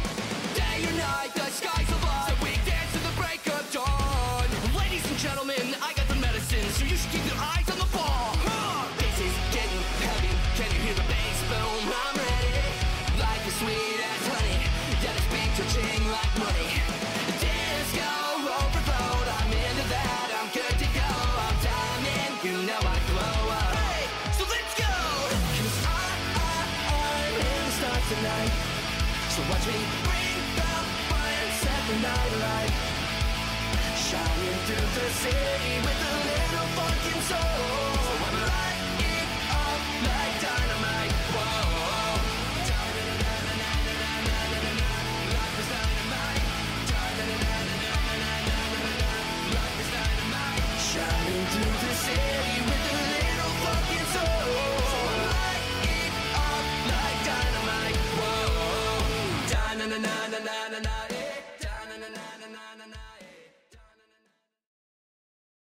C: Day or night, the sky's alive. So we dance to the break of dawn. Ladies and gentlemen, I got the medicine, so you should keep your eyes on the ball. Huh. This is getting heavy. Can you hear the bass boom? I'm ready. Life is sweet as honey. Yeah, it's big touching like money. Disco overload. I'm into that. I'm good to go. I'm diamond. You know I glow up. Hey, so let's go. 'Cause I, I, I'm in the stars tonight. So watch me bring the fire and set the night alight. Shining through the city with a little fucking soul.